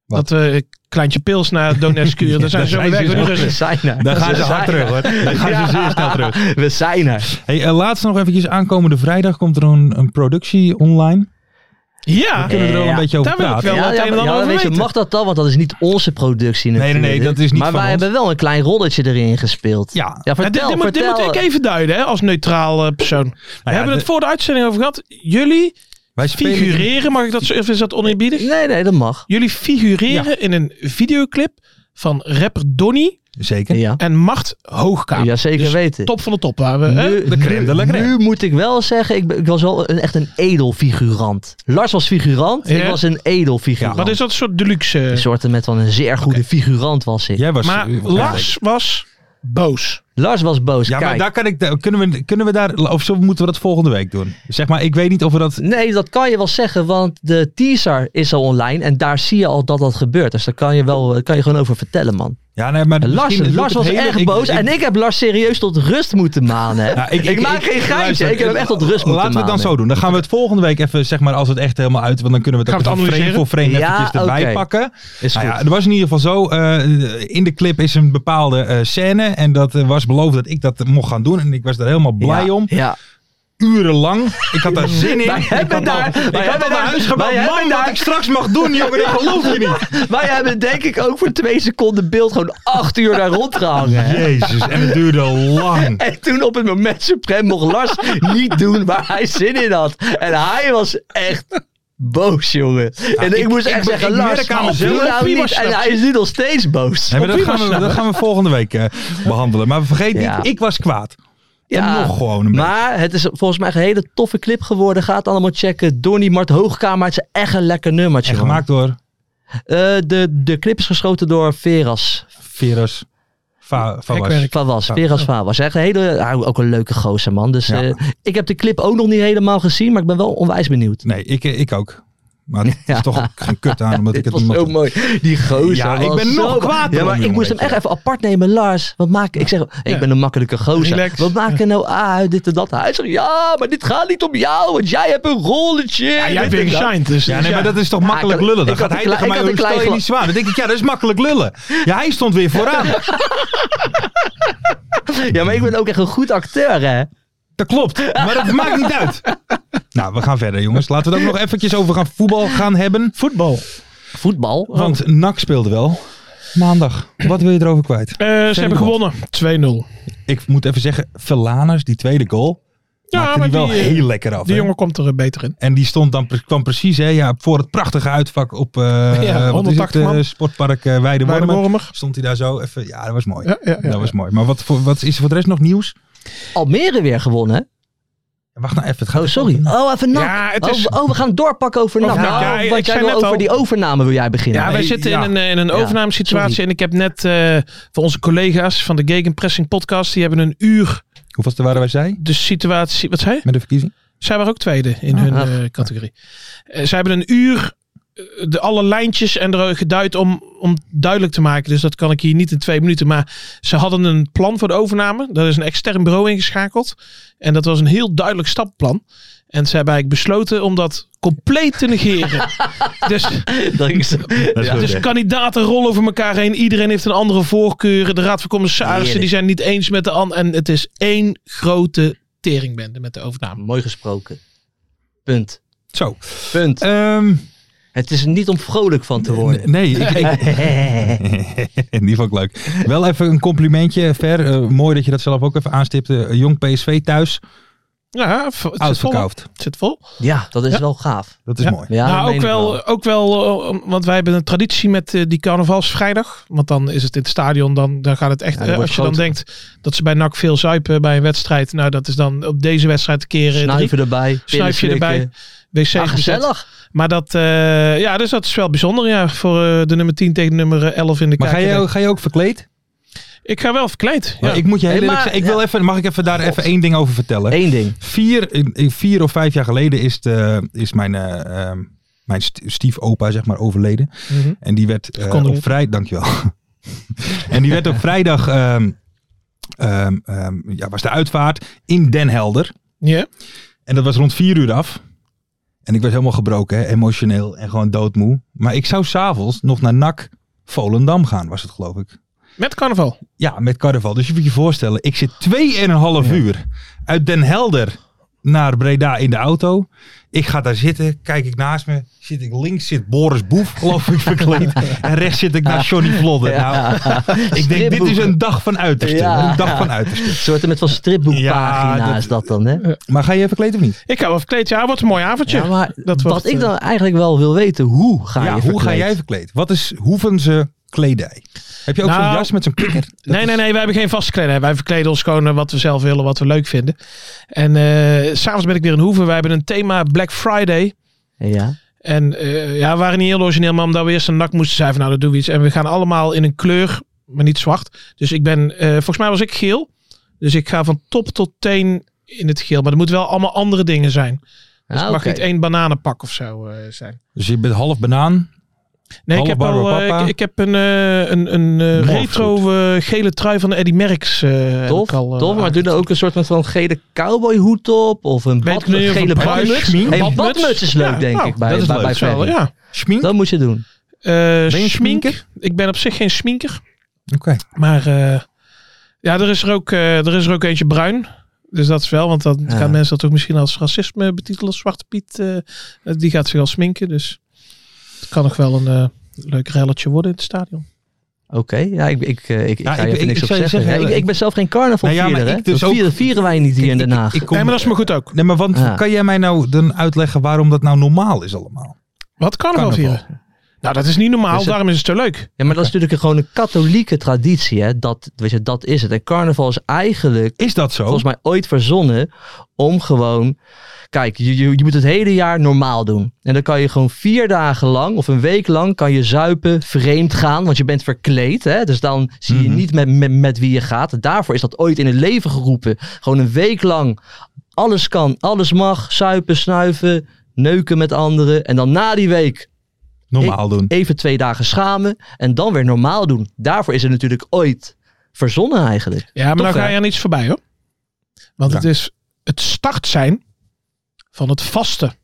Wat? Dat we kleintje pils naar Donetsk kuren. Dan zijn ze zo daar weer weg. zijn hoor. ze We Dus- zijn er. Daar gaan We ze hard zijn terug er. hoor. Daar gaan ze zeer snel terug. We zijn er. Hey, eh, laatst nog eventjes aankomende vrijdag komt er een, een productie online. Ja, Kunnen we er wel Ja. een beetje over Daar wil ik praten? wel. Ja, wat ja, een en maar- ander ja, over weet je, weten. mag dat dan? Want dat is niet onze productie nee, natuurlijk. nee, dat is niet Maar van wij ons. hebben wel een klein rolletje erin gespeeld. Ja, Ja, Ja, Eh, dit, vertel, dit moet, dit vertel. moet ik even duiden, hè, als neutraal eh, persoon. we hebben Nou de- het voor de uitzending over gehad. Jullie wij spelen. Eh, figureren, mag ik dat zo, of is dat dus- oneerbiedig? Nee, nee, dat mag. Jullie figureren in een videoclip van rapper Donny Zeker. Ja, en Mart Hoogkamer. Nou, ja zeker Dus weten. Top van de top. Waar we, hè? Nu, De crème de la nu- crème. nu moet ik wel zeggen, ik, ben- ik was wel een, echt een edel figurant. Lars was figurant, ik Ja. was een edel figurant. dus- Wat is dat soort deluxe? eh, Een soort met van een zeer goede figurant was ik. Jij was. maar eh, Lars was boos. Lars was boos. Ja, maar Kijk, daar kan ik, daar- kunnen, we, kunnen we daar, of zo moeten we dat volgende week doen? Zeg maar, ik weet niet of we dat... Nee, dat kan je wel zeggen, want de teaser is al online en daar zie je al dat dat gebeurt. Dus daar kan je, wel, daar kan je gewoon over vertellen, man. Ja, nee, maar En Lars, misschien doet Lars het was hele- erg ik- boos ik- en ik heb Lars serieus tot rust moeten manen. hè. Nou, ik, maak geen geintje, luister, eh, ik heb hem echt tot rust moeten Laten we het dan manen. zo doen. Dan gaan we het volgende week even, zeg maar, als het echt helemaal uit... Want dan kunnen we het Gaan ook we het even frame voor frame analyseren? eventjes Ja, erbij oké. pakken. Is Nou goed. ja, er was in ieder geval zo, eh, in de clip is een bepaalde eh, scène. En dat eh, was beloofd dat ik dat mocht gaan doen. En ik was daar helemaal blij Ja, om. Ja. Urenlang. Ik had daar zin in. Wij Ik hebben had daar- al- wij Ik had hebben al naar daar- huis wij gebeld. hebben Man, wat daar- ik straks mag doen, jongen. Dat geloof je niet. Wij hebben denk ik ook voor twee seconden beeld gewoon acht uur daar rondgehangen. hè. Jezus, en het duurde lang. En toen op het moment Supreme mocht Lars niet doen waar hij zin in had. En hij was echt boos, jongen. en ik, ik- moest ik echt be- zeggen, ik Lars, merk aan doe mezelf, nou prima niet. En snaps. hij is nu nog steeds boos. Nee, maar dat, Prima gaan we, snappen. dat gaan we volgende week eh, behandelen. Maar vergeet Ja. niet, ik was kwaad. Ja, En nog gewoon een beetje. Maar het is volgens mij een hele toffe clip geworden. Ga het allemaal checken. Donnie Mart Hoogkamer. Het is echt een lekker nummertje. En man. gemaakt door Eh, de, de clip is geschoten door Veras Veras Va- Vavas. Hekwerk. Van was, Ja. Veras van was. Echt een hele, ah, ook een leuke gozer man. Dus Ja. eh, ik heb de clip ook nog niet helemaal gezien, maar ik ben wel onwijs benieuwd. Nee, ik, eh, ik ook. Maar het is Ja. toch geen kut aan, omdat ik Dit het was niet zo mocht. mooi. Die gozer Ja, ik was ben zo nog mooi. kwaad Ja, erom, maar ik jongen, moest hem weet echt je. even apart nemen. Lars, wat maak ik? zeg, ik ben een makkelijke gozer. Relax. Wat maak je nou uit? Dit en dat. Hij zegt, ja, maar dit gaat niet om jou, want jij hebt een rolletje. Ja, jij Dit hebt en weer dat. geshined. Dus, Ja, nee, maar dat is toch Ja, makkelijk ik had- lullen? Dan ik had gaat hij een tegen klein- mij, ik had hoe stel je een klein niet zwaar? Dan denk ik, ja, dat is makkelijk lullen. Ja, hij stond weer vooraan. Ja, maar ik ben ook echt een goed acteur, hè? Dat klopt, maar dat maakt niet uit. Nou, we gaan verder, jongens. Laten we het ook nog eventjes over gaan voetbal gaan hebben. voetbal. Voetbal. Want NAC speelde wel. Maandag. Wat wil je erover kwijt? Eh, ze hebben gewonnen. 2-0. Ik moet even zeggen, Velaners, die tweede goal, Ja, maakte maar die wel die, eh, heel lekker af. Die hè? jongen komt er eh, beter in. En die stond dan, pre- kwam precies hè, ja, voor het prachtige uitvak op eh wat is het, 180 eh, man. Sportpark eh Weidewormen. Weidewormer. Stond hij daar zo even. Ja, dat was mooi. Ja, ja, ja. dat was mooi. Maar wat, voor, wat is er voor de rest nog nieuws? Almere weer gewonnen. Wacht nou even. Het gaat Oh, sorry. Oh, even NAC. Ja, het is- oh, oh, we gaan doorpakken over NAC. NAC, Nou, ja, ik want jij zei wil net over al- die overname wil jij beginnen. Ja, wij nee, zitten ja. in een, eh, in een Ja, overnamesituatie. sorry. En ik heb net eh, voor onze collega's van de Gegenpressing podcast. Die hebben een uur Hoeveelste waren wij zij de situatie. Wat zei je? met de verkiezing? Zij waren ook tweede in hun ach. eh, categorie. Eh, zij hebben een uur eh, de alle lijntjes en er geduid om, om duidelijk te maken. Dus dat kan ik hier niet in twee minuten. Maar ze hadden een plan voor de overname. Daar is een extern bureau ingeschakeld. En dat was een heel duidelijk stapplan. En ze hebben eigenlijk besloten om dat compleet te negeren. dus, Dat is, ja. dus kandidaten rollen over elkaar heen. Iedereen heeft een andere voorkeur. De raad van commissarissen Heerlijk. die zijn niet eens met de an. En het is één grote teringbende met de overname. Mooi gesproken. Punt. Zo. Punt. Ehm, Het is er niet om vrolijk van te worden. nee, ik, ik- die vond ik leuk. Eh, Wel even een complimentje, Ver. Eh, mooi dat je dat zelf ook even aanstipte. Jong PSV thuis. Ja, v- het Oud zit vol. hè? verkoud. Het zit vol. Ja, dat is Ja. wel gaaf. Dat is Ja. mooi. Ja, dat nou, meen ook ik wel, ook wel, eh, want wij hebben een traditie met eh, die carnavalsvrijdag. Want dan is het in het stadion, dan, dan gaat het echt. Ja, dat eh, als wordt je dan groter. denkt dat ze bij NAC veel zuipen bij een wedstrijd. Nou, dat is dan op deze wedstrijd een keer. eh, Snuiven erbij. pillen Snuifje slikken. erbij. Wc's Ja, bezet. gezellig. Maar dat, eh, ja, dus dat is wel bijzonder. Ja, voor eh, de nummer 10 tegen de nummer 11 in de Maar ga KKD. je, ook- ga je ook verkleed? Ik ga wel verkleed. Ja. Maar ik moet je heel Hey, eerlijk maar- zeggen, ik wil even, mag ik even daar even één ding over vertellen? Eén ding. Vier, in- in- vier of vijf jaar geleden is, de, is mijn, eh, ehm, mijn st- stiefopa zeg maar, overleden. Mhm. En die werd eh, Gecondoleerd. op vrijdag, dankjewel. en die werd op vrijdag, ehm, ehm, ehm, ja, was de uitvaart in Den Helder. Ja. En dat was rond vier uur af. En ik werd helemaal gebroken, hè, emotioneel en gewoon doodmoe. Maar ik zou s'avonds nog naar NAC Volendam gaan, was het geloof ik. Met carnaval. Ja, met carnaval. Dus je moet je voorstellen, ik zit 2,5 half uur uit Den Helder naar Breda in de auto. Ik ga daar zitten, kijk ik naast me. Zit ik links zit Boris Boef, geloof ik, verkleed. En rechts zit ik naar Johnny Vlodder. Nou, ik denk, dit is een dag van uiterste. Ja. Een dag van uiterste. Soorten met van stripboekpagina Ja, dat- is dat dan, hè? Maar ga je verkleed of niet? Ik ga wel verkleed. Ja, wordt een mooi avondje. Ja, maar dat wat wordt, ik eh, dan eigenlijk wel wil weten, hoe ga ja, je hoe ga verkleed? jij verkleed? Wat is Hoevense kledij? Heb je ook zo'n Nou, jas met zo'n kikker? Dat nee, is- nee, nee. Wij hebben geen vaste kleding. Wij verkleden ons gewoon eh, wat we zelf willen, wat we leuk vinden. En eh, s s'avonds ben ik weer in Hoeven. Wij hebben een thema Black Friday. Ja. En eh, ja, we waren niet heel origineel, maar omdat we eerst een nak moesten zijn van nou, dat doen we iets. En we gaan allemaal in een kleur, maar niet zwart. Dus ik ben, eh, volgens mij was ik geel. Dus ik ga van top tot teen in het geel. Maar er moeten wel allemaal andere dingen zijn. Dus Ah, het mag oké. niet één bananenpak of zo eh, zijn. Dus je bent half banaan. Nee, ik Half heb, al, Barbara eh, Papa. ik, ik heb een, eh, een, een Morph eh, retro eh, gele trui van Eddie Merckx. eh, heb Tof, ik al, eh, tof, maar doe aangetrokken. dan ook een soort met zo'n gele cowboyhoed op of een Weet badmuts, ik nu of gele een badmuts? badmuts. Schmink? Hey, Badmuts? badmuts is leuk, Ja, denk nou, ik, bij, dat is bij, leuk. bij Zo, Ferry. ja. Schmink? Dat moet je doen. Eh je een schminker? schminker? Ik ben op zich geen schminker. Oké. Maar eh, ja, er is er, ook, eh, er is er ook eentje bruin. Dus dat is wel, want dan Ja. gaan mensen dat ook misschien als racisme betitelen. Zwarte Piet, eh, die gaat zich wel sminken. Dus het kan nog wel een eh, leuk relletje worden in het stadion. Oké, ja, ik, ik, eh, ik, ik Ja, ga ik- je even ik- niks ik op zou je zeggen. zeggen, Ja, ik, eh, ik ben zelf geen carnavalvierder, Nou ja, maar hè? ik dus dat ook. vieren, vieren wij niet hier in Den Haag. Ik kom- Nee, maar dat is maar goed ook. Nee, maar want Ja. kan jij mij nou dan uitleggen waarom dat nou normaal is allemaal? Wat kan er wel Carnaval. vieren? Nou, dat is niet normaal, Is het- daarom is het zo leuk. Ja, maar dat is natuurlijk gewoon een katholieke traditie, hè? Dat, weet je, dat is het. En carnaval is eigenlijk Is dat zo? volgens mij ooit verzonnen om gewoon... Kijk, je, je, je moet het hele jaar normaal doen. En dan kan je gewoon vier dagen lang of een week lang kan je zuipen, vreemd gaan. Want je bent verkleed, hè? dus dan zie je Mhm. niet met, met, met wie je gaat. Daarvoor is dat ooit in het leven geroepen. Gewoon een week lang alles kan, alles mag. Zuipen, snuiven, neuken met anderen. En dan na die week Normaal doen. even twee dagen schamen en dan weer normaal doen. Daarvoor is het natuurlijk ooit verzonnen eigenlijk. Ja, maar Toch, dan ga hè? je aan iets voorbij hoor. Want Ja. het is het start zijn van het vasten.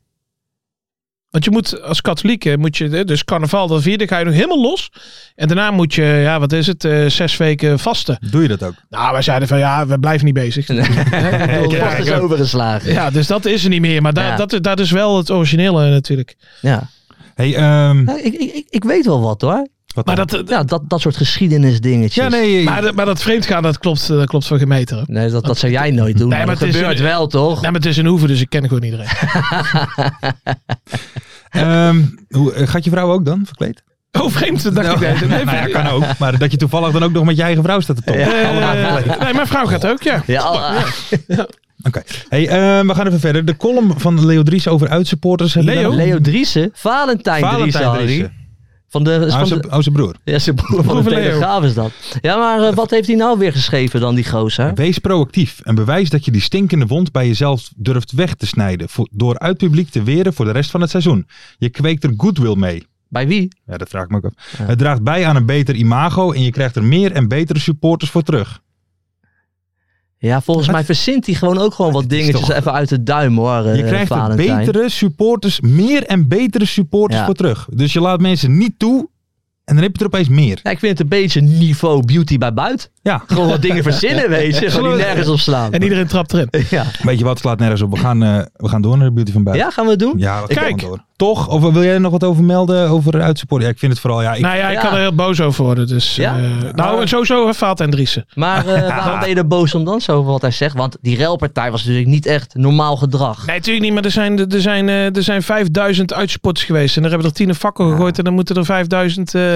Want je moet als katholiek, hè, moet je, dus carnaval, dat vierde ga je nog helemaal los. En daarna moet je, ja, wat is het, eh, zes weken vasten. Doe je dat ook? Nou, wij zeiden van ja, we blijven niet bezig. Het ja, is ja. overgeslagen. Ja. Ja, dus dat is er niet meer. Maar da- Ja. dat, dat is wel het originele natuurlijk. Hey, ehm, Nou, ik, ik, ik- ik weet wel wat hoor. wat Maar dan? dat, dat- Ja, dat, dat soort geschiedenisdingetjes. ja, nee. ehm, maar, dat- maar dat vreemdgaan, dat klopt, dat klopt voor gemeten. hè. Nee, dat, dat zou jij nooit doen. Nee, maar maar dat het is- gebeurt wel, toch? Nee, maar het is een hoeven, dus ik ken gewoon iedereen. ehm, hoe, eh, gaat je vrouw ook dan verkleed? Oh, vreemd, dat dacht ik. nou, Nee, nou ja, kan ook. Maar dat je toevallig dan ook nog met je eigen vrouw staat te toppen. Eh, nee, mijn vrouw gaat ook, ja. Ja, al- ah, Oké. Hey, ehm, we gaan even verder. De column van Leo Dries over uitsupporters. Hebben we Leo? daar nog- Leo Driessen, Valentijn, Driessen, Valentijn Harry. Driessen. Van de, Ah, van zijn- de, Oh, zijn broer. ja, zijn broer van de Broer van Leo. Telegraaf is dat. Ja, maar eh, wat heeft hij nou weer geschreven dan, die gozer? Wees proactief en bewijs dat je die stinkende wond bij jezelf durft weg te snijden. voor- door uit publiek te weren voor de rest van het seizoen. Je kweekt er goodwill mee. Bij wie? Ja, dat vraag ik me ook af. Het draagt bij aan een beter imago en je krijgt er meer en betere supporters voor terug. Ja, volgens mij verzint hij gewoon ook gewoon wat is dingetjes toch- even uit de duim hoor. Je eh, krijgt er Valentijn. betere supporters, meer en betere supporters Ja. voor terug. Dus je laat mensen niet toe en dan heb je er opeens meer. Ja, ik vind het een beetje niveau beauty bij buiten. Ja, Gewoon wat dingen verzinnen, weet je. Gewoon die nergens op slaan. En iedereen trapt erin. Ja. weet je wat, slaat nergens op. We gaan, eh, we gaan door naar de beauty van buiten. ja, gaan we het doen? Ja, we gaan Kijk. gewoon door. toch? Of eh, wil jij er nog wat over melden? Over uitsupporten? Ja, ik vind het vooral. Ja, ik, nou ja, ik Ja. kan er heel boos over worden. Dus, Ja? eh, nou, en sowieso eh, Vaat en Driessen. Maar eh, waarom ben je er boos om dan zo over wat hij zegt? Want die relpartij was natuurlijk niet echt normaal gedrag. Nee, natuurlijk niet. Maar er zijn, er zijn, eh, er zijn 5000 uitspots geweest. En daar hebben er tien in vakken gegooid. En dan moeten er 5000... eh,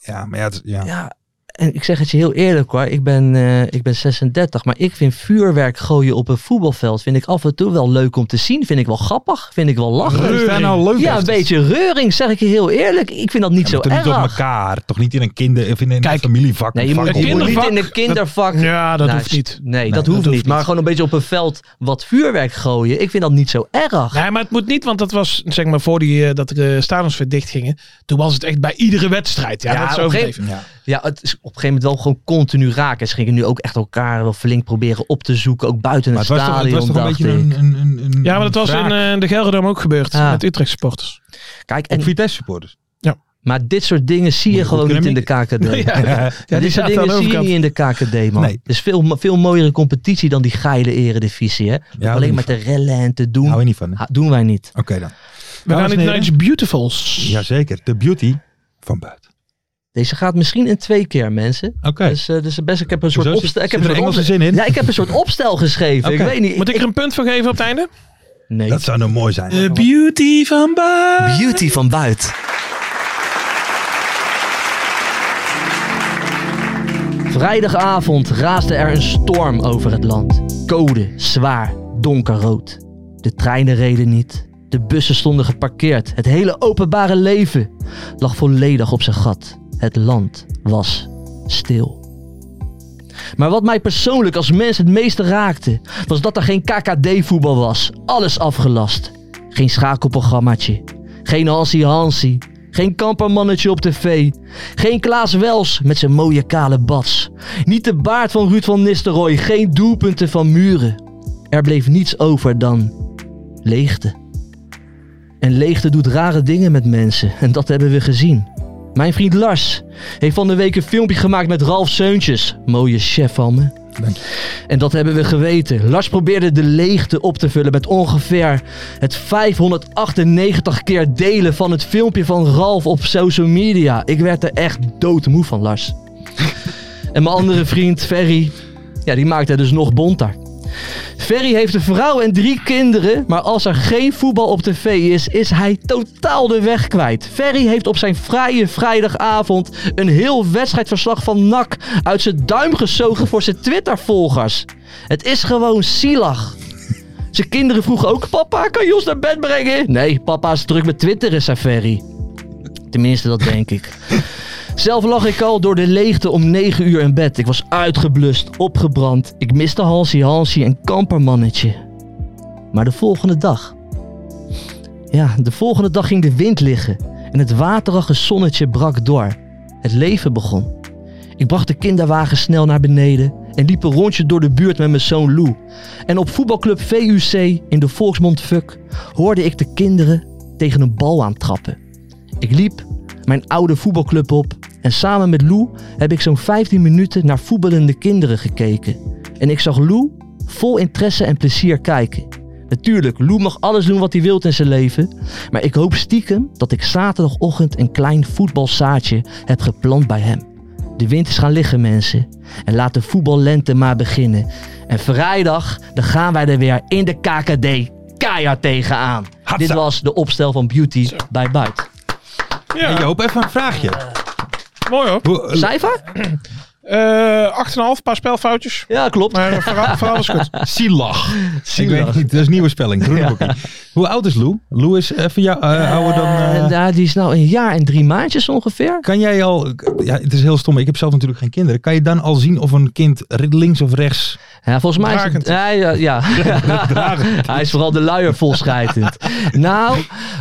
ja, maar ja, het- ja. Ja, en ik zeg het je heel eerlijk hoor. Ik ben, eh, ik ben 36, maar ik vind vuurwerk gooien op een voetbalveld... vind ik af en toe wel leuk om te zien. Vind ik wel grappig. Vind ik wel lachen. Is daar nou leuk? Ja, een beetje reuring, zeg ik je heel eerlijk. Ik vind dat niet Ja, maar zo toch niet op erg. elkaar. Toch niet in een kinder of in een Kijk, familievak. Nee, je moet, Vak- Een je moet niet kindervak, in een kindervak. ja, dat Nou, hoeft niet. Nee, dat, hoeft niet. Maar gewoon een beetje op een veld wat vuurwerk gooien. Ik vind dat niet zo erg. Nee, maar het moet niet, want dat was zeg maar voor die, eh, dat de stadions weer dicht gingen. Toen was het echt bij iedere wedstrijd. Ja, Ja, dat is op een overdreven. gegeven- Ja, het is op een gegeven moment wel gewoon continu raken. Ze gingen nu ook echt elkaar wel flink proberen op te zoeken. Ook buiten Maar het het was toch, het was stadion, toch een dacht beetje ik. een, een, een, een- Ja, maar dat was een in wraak eh, de Gelderdoom ook gebeurd. Ah. Met Utrecht supporters. Kijk, op en, Vitesse supporters. maar dit soort dingen zie Moet je je goed gewoon niet in de Ja, KKD. Ja, die dit soort zaten aan de dingen zie je overkant. niet in de KKD, man. Nee. Het is veel, mo- veel mooiere competitie dan die geile eredivisie, hè. Ja, hou Alleen je maar niet te rellen en te doen, Hou je niet van, hè? Ha- doen wij niet. Oké dan. We gaan Dames en niet naar heren. iets beautifuls. Jazeker, de beauty van buiten. Deze gaat misschien in twee keer, mensen. Oké. Dus, eh, dus best, ik heb een soort Hoezo? Zit- opstel... Ik heb zit er een soort Engelse zin opstel- in? Ja, ik heb een soort opstel geschreven. Ik Oké. weet niet. Moet ik ik- er een punt voor geven op het einde? Nee. Dat zou nou mooi zijn. Eh, beauty van Baar. Beauty van buiten. Vrijdagavond raasde er een storm over het land. Code, zwaar, donkerrood. De treinen reden niet. De bussen stonden geparkeerd. Het hele openbare leven lag volledig op zijn gat. Het land was stil. Maar wat mij persoonlijk als mens het meeste raakte, was dat er geen KKD-voetbal was. Alles afgelast. Geen schakelprogrammaatje. Geen Hansi Hansi. Geen kampermannetje op tv. Geen Klaas Wels met zijn mooie kale bats. Niet de baard van Ruud van Nistelrooy. Geen doelpunten van muren. Er bleef niets over dan leegte. En leegte doet rare dingen met mensen. En dat hebben we gezien. Mijn vriend Lars heeft van de week een filmpje gemaakt met Ralf Seuntjes. Mooie chef van me. En dat hebben we geweten. Lars probeerde de leegte op te vullen met ongeveer het 598 keer delen van het filmpje van Ralf op social media. Ik werd er echt doodmoe van, Lars. en mijn andere vriend, Ferry, ja, die maakte het dus nog bonter. Ferry heeft een vrouw en drie kinderen, maar als er geen voetbal op tv is, is hij totaal de weg kwijt. Ferry heeft op zijn vrije vrijdagavond een heel wedstrijdverslag van NAC uit zijn duim gezogen voor zijn Twitter-volgers. Het is gewoon zielig. Zijn kinderen vroegen ook, papa, kan je ons naar bed brengen? Nee, papa is druk met Twitter, zei Ferry. Tenminste, dat denk ik. Zelf lag ik al door de leegte om 9 uur in bed. Ik was uitgeblust, opgebrand. Ik miste Hansi Hansi en kampermannetje. Maar de volgende dag. Ja, de volgende dag ging de wind liggen. En het waterige zonnetje brak door. Het leven begon. Ik bracht de kinderwagen snel naar beneden. En liep een rondje door de buurt met mijn zoon Lou. En op voetbalclub VUC in de volksmond Fuck hoorde ik de kinderen tegen een bal aan trappen. Ik liep mijn oude voetbalclub op en samen met Lou heb ik zo'n 15 minuten naar voetballende kinderen gekeken. En ik zag Lou vol interesse en plezier kijken. Natuurlijk, Lou mag alles doen wat hij wilt in zijn leven, maar ik hoop stiekem dat ik zaterdagochtend een klein voetbalzaadje heb geplant bij hem. De wind is gaan liggen, mensen. En laat de voetballente maar beginnen. En vrijdag, dan gaan wij er weer in de KKD keihard tegenaan. Dit was de opstel van Beauty bij Buit. Ja, Ik hoop even een vraagje. mooi hoor. Hoe- Cijfer? Eh 8,5, paar spelfoutjes. Ja, klopt. Maar eh, vooral, vooral is goed. Silag. Ik Silag. weet het niet, dat is nieuwe spelling. groene boekie. Hoe oud is Lou? Lou is even jou, eh, ouder dan... eh, Eh, ja, die is nou een jaar en drie maandjes ongeveer. kan jij al... Ja, het is heel stom. Ik heb zelf natuurlijk geen kinderen. Kan je dan al zien of een kind links of rechts... Ja, volgens mij is Dragend. het, hij, eh, ja. hij is vooral de luier volschijtend. nou,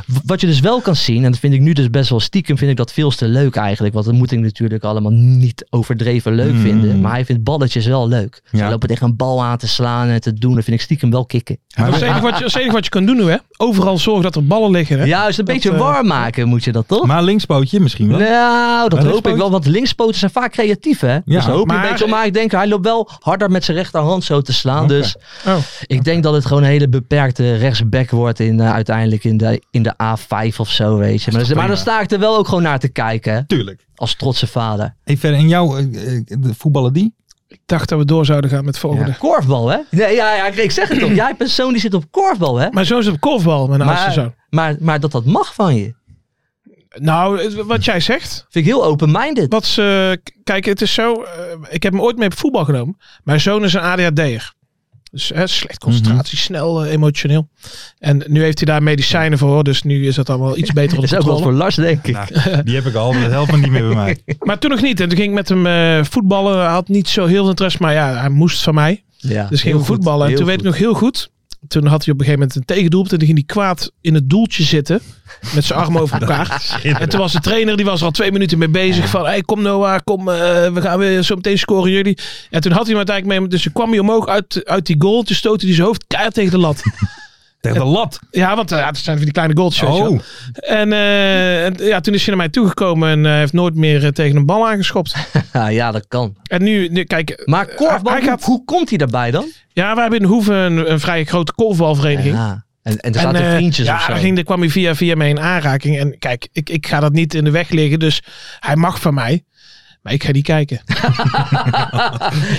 w- wat je dus wel kan zien, en dat vind ik nu dus best wel stiekem, vind ik dat veel te leuk eigenlijk. Want dat moet ik natuurlijk allemaal niet overdreven super leuk Hmm. Mm. vinden. Maar hij vindt balletjes wel leuk. Dus Ja. hij lopen tegen een bal aan te slaan en te doen. Dat vind ik stiekem wel kicken. Dat is het enige wat je- dat is het enige wat je kan doen nu, hè? Overal zorgen dat er ballen liggen. Hè? Juist, een Dat, beetje eh, warm maken moet je dat toch? Maar linkspootje misschien wel. Nou, dat Een hoop ik linkspoot? wel. Want linkspoten zijn vaak creatief, hè? dus daar hoop je maar- een beetje om. Maar ik denk, hij loopt wel harder met zijn rechterhand zo te slaan. Dus Oh. ik denk dat het gewoon een hele beperkte rechtsback wordt in, eh, uiteindelijk in de, in de A5 of zo, weet je. Maar, dan- maar dan sta ik er wel ook gewoon naar te kijken, hè, Tuurlijk. als trotse vader. Hey, verder, en jou, eh, eh, de voetballer die? Ik dacht dat we door zouden gaan met het volgende. Ja. Korfbal, hè? Nee, ja, ja, ik zeg het toch. Jij bent zo'n die zit op korfbal, hè? Maar zo is het op korfbal, mijn oudste zoon. Maar, maar, maar dat dat mag van je. Nou, het- wat jij zegt. Vind ik heel open-minded. Wat ze, k- kijk, het is zo. eh, ik heb hem ooit mee op voetbal genomen. Mijn zoon is een ADHD'er. Dus hè, slecht Mhm. concentratie, snel eh, emotioneel. En nu heeft hij daar medicijnen voor. hoor, Dus nu is dat allemaal iets beter Dat onder is ook controle. Nou. wat voor Lars, denk ik. Die heb ik al, dat helpt me niet meer bij mij. Maar toen nog niet. En toen ging ik met hem eh, voetballen. Hij had niet zo heel veel interesse. Maar ja, hij moest van mij. Ja, Dus heel ging we goed, voetballen. En heel toen weet ik goed. nog heel goed. Toen had hij op een gegeven moment een tegendoelpunt. En toen ging hij kwaad in het doeltje zitten. Met zijn armen over elkaar. En toen was de trainer, die was er al twee minuten mee bezig. Van, hey, kom Noah, kom. eh, we gaan weer zo meteen scoren jullie. En toen had hij hem uiteindelijk mee. Dus toen kwam hij omhoog uit, uit die goal. Toen stootte hij zijn hoofd keihard tegen de lat. Tegen de lat. Ja, want eh, ja, het zijn van die kleine goals. weet je wel. Oh, En, eh, en, ja, toen is hij naar mij toegekomen. En hij heeft nooit meer eh, tegen een bal aangeschopt. Ja, ja, dat kan. En nu, nu kijk. Maar korfbal, Eh, hij hoe- gaat- hoe komt hij daarbij dan? Ja, wij hebben in Hoeven een, een vrij grote korfbalvereniging. Ja. En, en er En, zaten eh, vriendjes ja, of zo. daar ging, daar kwam hij via via mee in aanraking. En kijk, ik, ik ga dat niet in de weg liggen. Dus hij mag van mij. Maar ik ga niet kijken.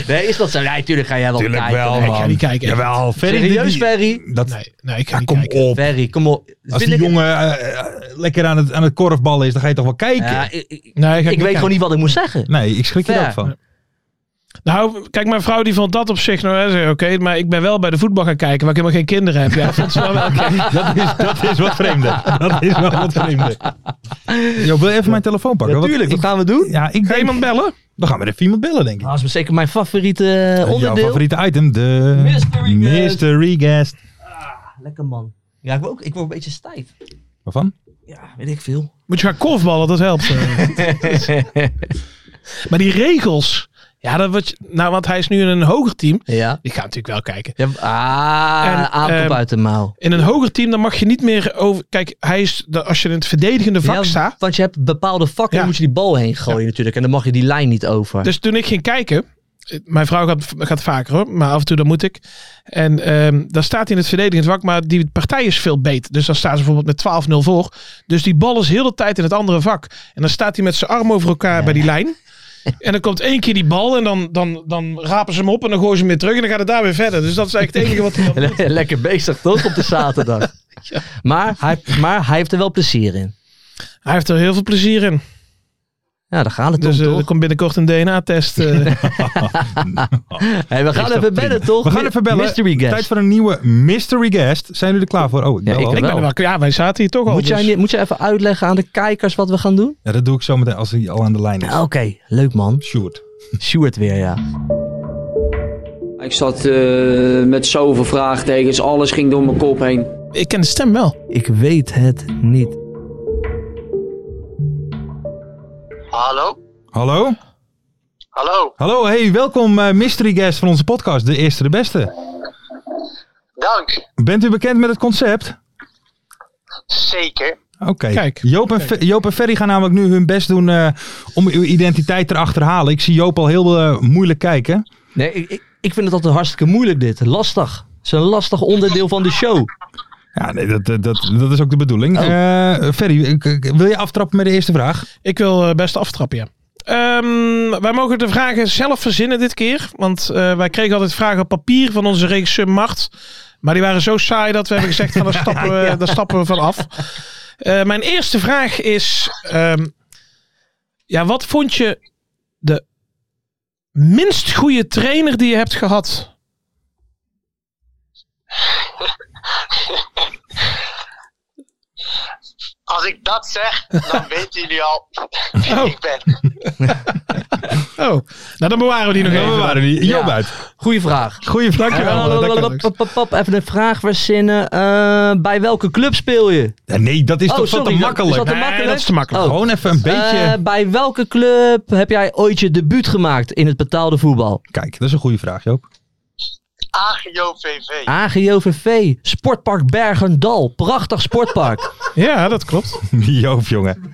Nee, is dat zo? Nee, tuurlijk ga jij wel tuurlijk kijken. wel, Nee, ik ga man. niet kijken. Jawel, Ferry. Serieus, die- Ferry? Dat, Nee, nee ik ga Ja, niet kom kijken. op. Ferry, kom op. Als Vind die ik- jongen eh, eh, lekker aan het, aan het korfballen is, dan ga je toch wel kijken? Ja, ik ik- ik Nee, ga ik, weet niet kijken. gewoon niet wat ik moet zeggen. Nee, ik schrik je Ver. ook van. Nou, kijk, mijn vrouw die vond dat op zich nou, hè, zei, oké, maar ik ben wel bij de voetbal gaan kijken, waar ik helemaal geen kinderen heb. Ja, vond ze wel wel oké. Dat is, dat is wat vreemder. Dat is wel wat vreemder. Jo, wil je even mijn telefoon pakken? Want Natuurlijk, ik- wat gaan we doen? Ah, ja, ik Ga denk, iemand bellen? we gaan weer even iemand bellen, denk ik. Dat is zeker mijn favoriete eh, Jouw onderdeel. favoriete item, de Mystery guest. Mystery guest. Ah, Lekker man. Ja, ik word, ook, ik word een beetje stijf. Waarvan? Ja, weet ik veel. Moet je gaan korfballen, dat helpt. eh. maar die regels, ja, dat wordt, nou, want hij is nu in een hoger team. ja. Ik ga natuurlijk wel kijken. ja ah, En, aap ehm, op uit de mouw. In een hoger team, dan mag je niet meer over. Kijk, hij is, de- als je in het verdedigende vak Ja, staat. want je hebt bepaalde vakken, Ja. moet je die bal heen gooien natuurlijk. En dan mag je die lijn niet over. Dus toen ik ging kijken. eh, Mijn vrouw gaat, gaat vaker hoor, maar af en toe dan moet ik. En ehm, dan staat hij in het verdedigend vak, maar die partij is veel beter. Dus dan staan ze bijvoorbeeld met 12-0 voor. Dus die bal is heel de tijd in het andere vak. En dan staat hij met zijn arm over elkaar bij die lijn. En dan komt één keer die bal en dan, dan, dan rapen ze hem op en dan gooien ze hem weer terug. En dan gaat het daar weer verder. Dus dat is eigenlijk het enige wat hij dan doet. Le- Lekker bezig toch op de zaterdag. maar, hij, maar hij heeft er wel plezier in. Hij heeft er heel veel plezier in. Ja, daar gaat het Dus om eh, toch? er komt binnenkort een DNA-test. eh. Hey, we gaan dat even prima. bellen toch? We gaan even bellen. Mystery guest. Tijd voor een nieuwe Mystery guest. Zijn jullie er klaar voor? Oh, ik bel Ja, ik al. Ik ben er wel. Ja, wij zaten hier toch al. Moet, jij, dus- niet- moet jij even uitleggen aan de kijkers wat we gaan doen? Ja, dat doe ik zo meteen als hij al aan de lijn is. Oké, leuk man. Sjoerd. Stuart weer, ja. Ik zat eh, met zoveel vraagtekens, alles ging door mijn kop heen. Ik ken de stem wel. Ik weet het niet. Hallo? Hallo? Hallo? Hallo, hey, welkom eh, Mystery guest van onze podcast, De Eerste de Beste. Dank. Bent u bekend met het concept? Zeker. Oké. Kijk. Joop, en Fe- Joop en Ferry gaan namelijk nu hun best doen eh, om uw identiteit te achterhalen. Ik zie Joop al heel eh, moeilijk kijken. Nee, ik, ik, ik vind het altijd hartstikke moeilijk dit. Lastig. Het is een lastig onderdeel van de show. Ja, nee, dat, dat, dat, dat is ook de bedoeling. Oh. Eh, Ferry, ik- ik- wil je aftrappen met de eerste vraag? Ik wil eh, best aftrappen, ja. Ehm, wij mogen de vragen zelf verzinnen dit keer. Want eh, wij kregen altijd vragen op papier van onze regisseur Mart. Maar die waren zo saai dat we hebben gezegd, van, daar, stappen we, daar stappen we van af. Eh, mijn eerste vraag is... ehm, ja, wat vond je de minst goede trainer die je hebt gehad? Als ik dat zeg, dan weten jullie al wie Oh. ik ben. Oh, nou dan bewaren we die nog even. waren die. Joop uit. Goeie vraag. Goeie vraag. Dankjewel. dankjewel. Pap, pap, pap, Even een vraag verzinnen. Eh, bij welke club speel je? Ja, nee, dat is Oh, toch veel sorry, te dat- makkelijk. is dat te Nee, makkelijk? dat is te makkelijk. Gewoon even een beetje... Eh, bij welke club heb jij ooit je debuut gemaakt in het betaalde voetbal? Kijk, dat is een goede vraag, Joop. Agio VV. Ah. AGOVV, Sportpark Bergendal. Prachtig sportpark. Ja, dat klopt. Joop, jongen.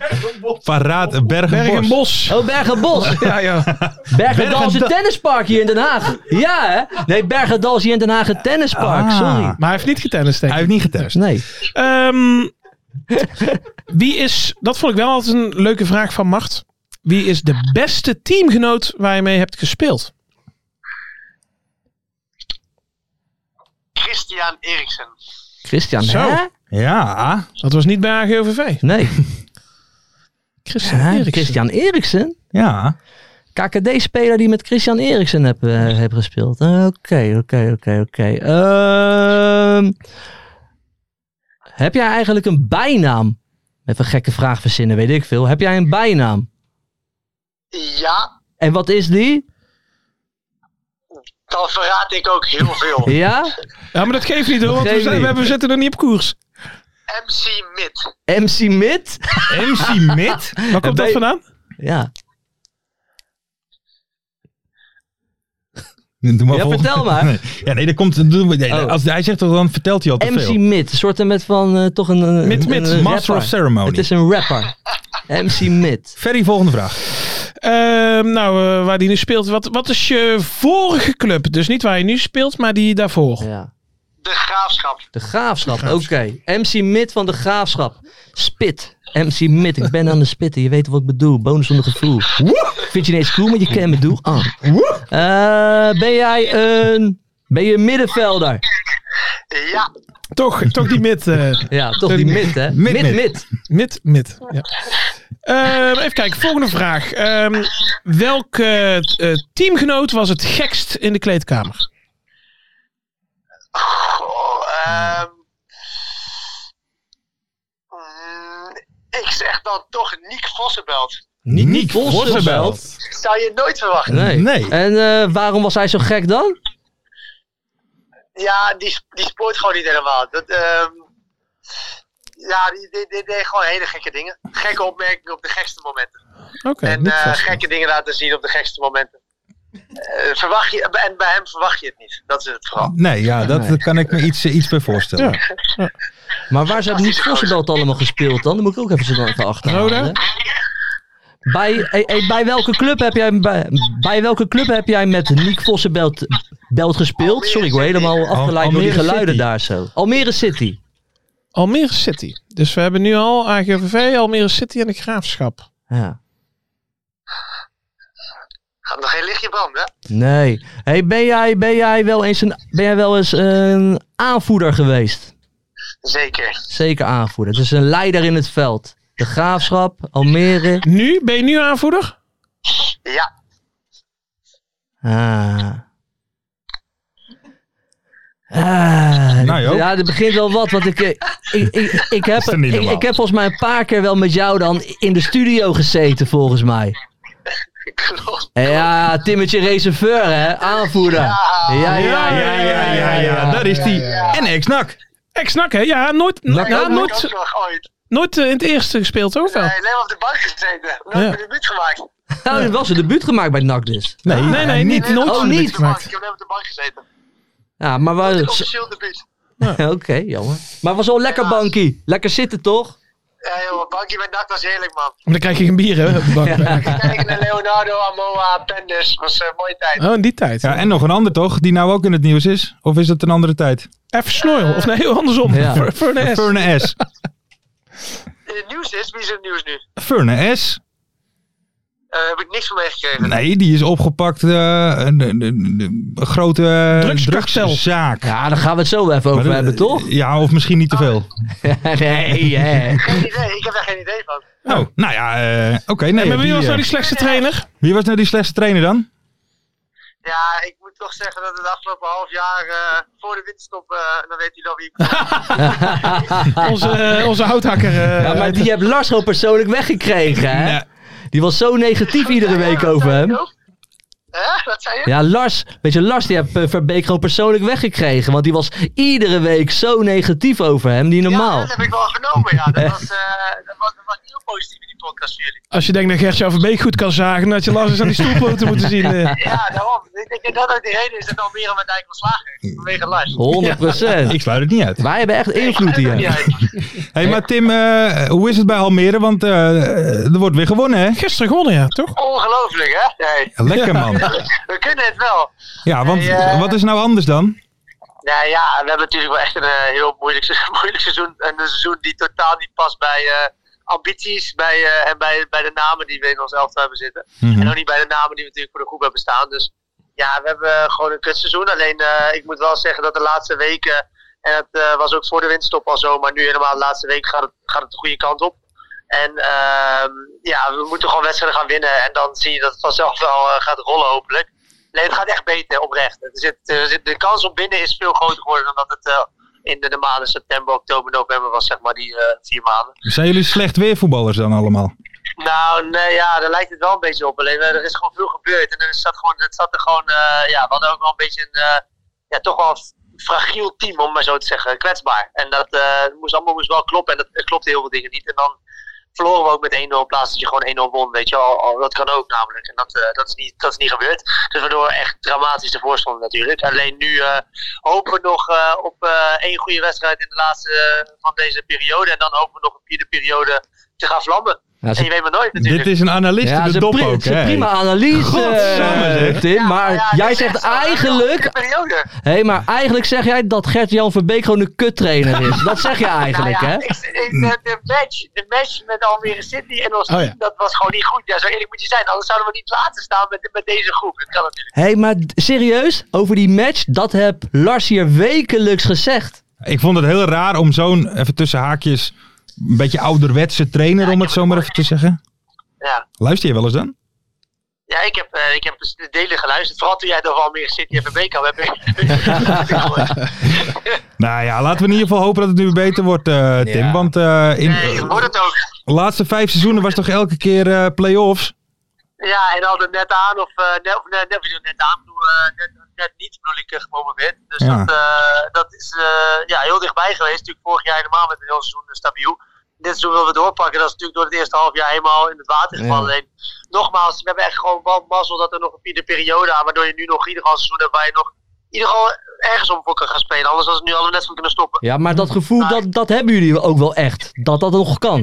Paraat Bergenbos. Bergenbos. Oh, Bergenbos. Ja, ja. Bergendal is een tennispark hier in Den Haag. Ja, hè? Nee, Bergendal is hier in Den Haag een tennispark. Ah. Sorry. Maar hij heeft niet getennist, denk Hij ik. heeft niet getest. Nee. Ehm, wie is, dat vond ik wel altijd een leuke vraag van Mart. Wie is de beste teamgenoot waar je mee hebt gespeeld? Christian Eriksen. Christian, Zo. hè? Ja. Dat was niet bij AGOVV. Nee. Christian Hè? Eriksen. Christian Eriksen? Ja. KKD-speler die met Christian Eriksen heb, eh, heb gespeeld. Eh, Oké, oké, oké, oké. Ehm, Heb jij eigenlijk een bijnaam? Even een gekke vraag verzinnen, weet ik veel. Heb jij een bijnaam? Ja, En wat is die? dan verraad ik ook heel veel. Ja? Ja, maar dat geeft niet hoor, want we, geeft zijn- we, niet. hebben- we zitten nog niet op koers. MC Mid. MC Mid? MC Mid? Waar komt dat bij- vandaan? Ja. Doe maar Ja, volgende. vertel maar. Nee. Ja, nee, dat komt... doe- nee, Oh. Als hij zegt, dat, dan vertelt hij al te MC veel. Mid, een soort met van eh, toch een, een, Mid, een- Mid, een Master rapper. of Ceremony. Het is een rapper. MC Mid. Ferry, volgende vraag. Ehm, nou, eh, waar die nu speelt. Wat, wat is je vorige club? Dus niet waar je nu speelt, maar die daarvoor. Ja. De Graafschap. De Graafschap, oké. MC Mid van de Graafschap. Spit. MC Mid, ik ben aan de spitten. Je weet wat ik bedoel. Bonus zonder gevoel. Vind je ineens cool, maar je kent me doe aan. Ah. Eh, ben jij een... Ben je een middenvelder? Ja, Toch, toch die mid. eh, Ja, toch die mid, hè? Mid, mid. mid. Mid, mid. Ja. Ehm, even kijken, volgende vraag. Ehm welk eh, t- eh, teamgenoot was het gekst in de kleedkamer? Goh, ehm. Mm, ik zeg dan toch Nick Vossenbelt. Niek Vossenbelt. Zou je nooit verwachten. Nee. Nee. En eh, waarom was hij zo gek dan? Ja, die, die spoort gewoon niet helemaal. Dat, ehm, ja, die die- die deed gewoon hele gekke dingen. Gekke opmerkingen op de gekste momenten. Oké, en niet eh, vast. gekke dingen laten zien op de gekste momenten. Eh, verwacht je, en bij hem verwacht je het niet. Dat is het vooral. Nee, ja, dat Nee. kan ik me iets, eh, iets bij voorstellen. Ja. Maar waar zijn Niek Vossenbelt allemaal gespeeld dan? Dan moet ik ook even zo even achterhalen. Bij, eh, eh, bij, welke club heb jij, bij, bij welke club heb jij met Niek Vossenbelt belt gespeeld? Sorry, ik word helemaal afgeleid door die Almere geluiden City. daar zo. Almere City. Almere City. Dus we hebben nu al AGVV, Almere City en de Graafschap. Ja. Gaat nog geen lichtje branden, hè? Nee. Hey, ben, jij, ben, jij wel eens een, ben jij wel eens een aanvoerder geweest? Zeker. Zeker aanvoerder. Dus een leider in het veld. De Graafschap, Almere. Nu? Ben je nu aanvoerder? Ja. Ah. Ah, Nou, Joop. ja, er begint wel wat, want ik, eh, ik, ik, ik, heb, er niet ik, normaal. ik heb volgens mij een paar keer wel met jou dan in de studio gezeten, volgens mij. Klopt. En Ja, Timmetje reserveur, hè, aanvoerder. Ja, ja, ja, ja, ja, ja, daar is Nou, die. En ex-nak. Ik snak, hè? Ah, Ja, nooit, Nak- ja, Ook nooit, nog ooit. nooit eh, in het eerste gespeeld, toch? Nee, Wel? alleen maar op de bank gezeten. Nooit Ja. een debuut gemaakt. Nou, er was een debuut gemaakt bij NAC dus. Nee, Nee, nee, niet. Nee, Nooit nooit Oh, een debuut niet? gemaakt. Ik heb alleen op de bank gezeten. Ja, maar Een was... officieel debuut. Oké, jammer. Maar was wel lekker bankie. Lekker zitten, toch? Ja, joh, bankje met dak was heerlijk, man. Maar dan krijg je geen bier, hè? op de bank. Kijken naar Leonardo, Amoa, Pendus. Was eh, een mooie tijd. Oh, in die tijd. Ja, en nog een ander toch, die nou ook in het nieuws is? Of is dat een andere tijd? Even snoil. Of nee, heel andersom. Ja. Fur- Furnes. Furne S. In het Eh, nieuws is, wie is in het nieuws nu? Furne S. Daar heb ik niks van meegekregen. Nee, die is opgepakt. eh, een, een- een- een grote eh, Drugskartel. drugszaak. Ja, daar gaan we het zo even over Maar dat- hebben, toch? Ja, of misschien niet te veel. nee, hè. Geen idee, ik heb daar geen idee van. Oh, nou ja, eh, oké. nee, Maar wie die, was nou eh, die slechtste trainer? wie was nou die slechtste trainer dan? Ja, ik moet toch zeggen dat het afgelopen half jaar eh, voor de winterstop, eh, dan weet hij dan wie ik ben. Onze, eh, onze houthakker. eh, Ja, maar die heb Lars gewoon persoonlijk weggekregen, hè? Nee. Oh, Die was zo negatief iedere week over hem. Hè? Wat zei je? Ja, Lars, weet je, Lars die heeft eh, Verbeek gewoon persoonlijk weggekregen. Want die was iedere week zo negatief over hem, die normaal. Ja, dat heb ik wel genomen. Ja. Dat, was, eh, dat, was, dat was heel positief in die podcast voor jullie. Als je denkt dat Gert-Jan Verbeek goed kan zagen, dan had je Lars eens aan die stoelpoten moeten zien. eh. Ja, daarom. Ik denk dat dat ook de reden is dat Almere met Dijk ontslagen is. Vanwege Lars. 100 procent. Ik sluit het niet uit. Wij hebben echt invloed Ja, hier. hey, maar Tim, eh, hoe is het bij Almere? Want eh, er wordt weer gewonnen, hè? Gisteren gewonnen, ja, toch? Ongelooflijk, hè? Nee, Lekker, man. we kunnen het wel. Ja, want Nee, eh, wat is nou anders dan? Nou ja, we hebben natuurlijk wel echt een eh, heel moeilijk, se- moeilijk seizoen. En een seizoen die totaal niet past bij eh, ambities bij, eh, en bij, bij de namen die we in ons elftal hebben zitten. En ook niet bij de namen die we natuurlijk voor de groep hebben staan. Dus ja, we hebben eh, gewoon een kutseizoen. Alleen eh, ik moet wel zeggen dat de laatste weken, en het eh, was ook voor de winterstop al zo, maar nu helemaal de laatste week gaat het, gaat het de goede kant op. En ehm, ja, we moeten gewoon wedstrijden gaan winnen. En dan zie je dat het vanzelf wel eh, gaat rollen hopelijk. Nee, het gaat echt beter, oprecht. Er zit, er zit- de kans op binnen is veel groter geworden dan dat het eh, in de, de maanden september, oktober, november was, zeg maar, die eh, vier maanden. Zijn jullie slecht weervoetballers dan allemaal? Nou, nee, ja, daar lijkt het wel een beetje op. Alleen eh, er is gewoon veel gebeurd. En er zat, gewoon, het zat er gewoon, eh, ja, we hadden ook wel een beetje een, eh, ja, toch wel een fragiel team, om maar zo te zeggen. Kwetsbaar. En dat eh, moest allemaal moest wel kloppen. En dat eh, klopte heel veel dingen niet. En dan verloren we ook met 1-0 in plaats dat je gewoon 1-0 won, weet je wel. Al- Dat kan ook namelijk. En dat, eh, dat, is niet, dat is niet gebeurd. Dus waardoor we echt dramatisch ervoor stonden natuurlijk. Alleen nu eh, hopen we nog eh, op eh, één goede wedstrijd in de laatste eh, van deze periode. En dan hopen we nog een vierde periode te gaan vlammen. Ja, ze- En je weet maar nooit natuurlijk. Dit is een analist Ja, in ze de dop pri- ook, ze hè? prima analyse, Godsamme, eh, zeg. Tim. Maar Ja, jij dit zegt is echt eigenlijk... een periode. Hé, maar eigenlijk zeg jij dat Gert-Jan Verbeek gewoon een kuttrainer is. Dat zeg je Nou eigenlijk, ja, hè? ik- ik- de, de, match, de match met Almere City en ons Oh ja. team, dat was gewoon niet goed. Ja, zo eerlijk moet je zijn. Anders zouden we niet laten staan met, met deze groep. Dat kan natuurlijk. Hé, maar d- serieus, over die match, dat heb Lars hier wekelijks gezegd. Ik vond het heel raar om zo'n, even tussen haakjes, een beetje ouderwetse trainer, om het zo maar even te zeggen. Ja, Luister je wel eens dan? ja ik, heb, eh, ik heb dus de delen geluisterd. Vooral toen jij het over Almere City en VB kan hebben. nee, Nou ja, laten we in ieder geval hopen dat het nu beter wordt, eh, Tim. Ja. Want eh, in ik hoor het ook. de laatste vijf seizoenen was toch elke keer eh, play-offs? Ja, en altijd net aan of eh, net, of net, net, net aan. Ik bedoel, eh, net, net niet bedoel ik eh, gepromoveerd. Dus Ja. dat, eh, dat is eh, ja, heel dichtbij geweest. Natuurlijk vorig jaar helemaal met een heel seizoen eh, stabiel. Dit seizoen willen we doorpakken. Dat is natuurlijk door het eerste half jaar helemaal in het water gevallen. Alleen, nogmaals, we hebben echt gewoon wel mazzel dat er nog een vierde periode aan. Waardoor je nu nog in ieder geval een seizoen hebt waar je nog in ieder geval ergens om voor kan gaan spelen. Anders hadden we nu al een net van kunnen stoppen. Ja, maar dat gevoel, dat, dat hebben jullie ook wel echt. Dat dat nog kan.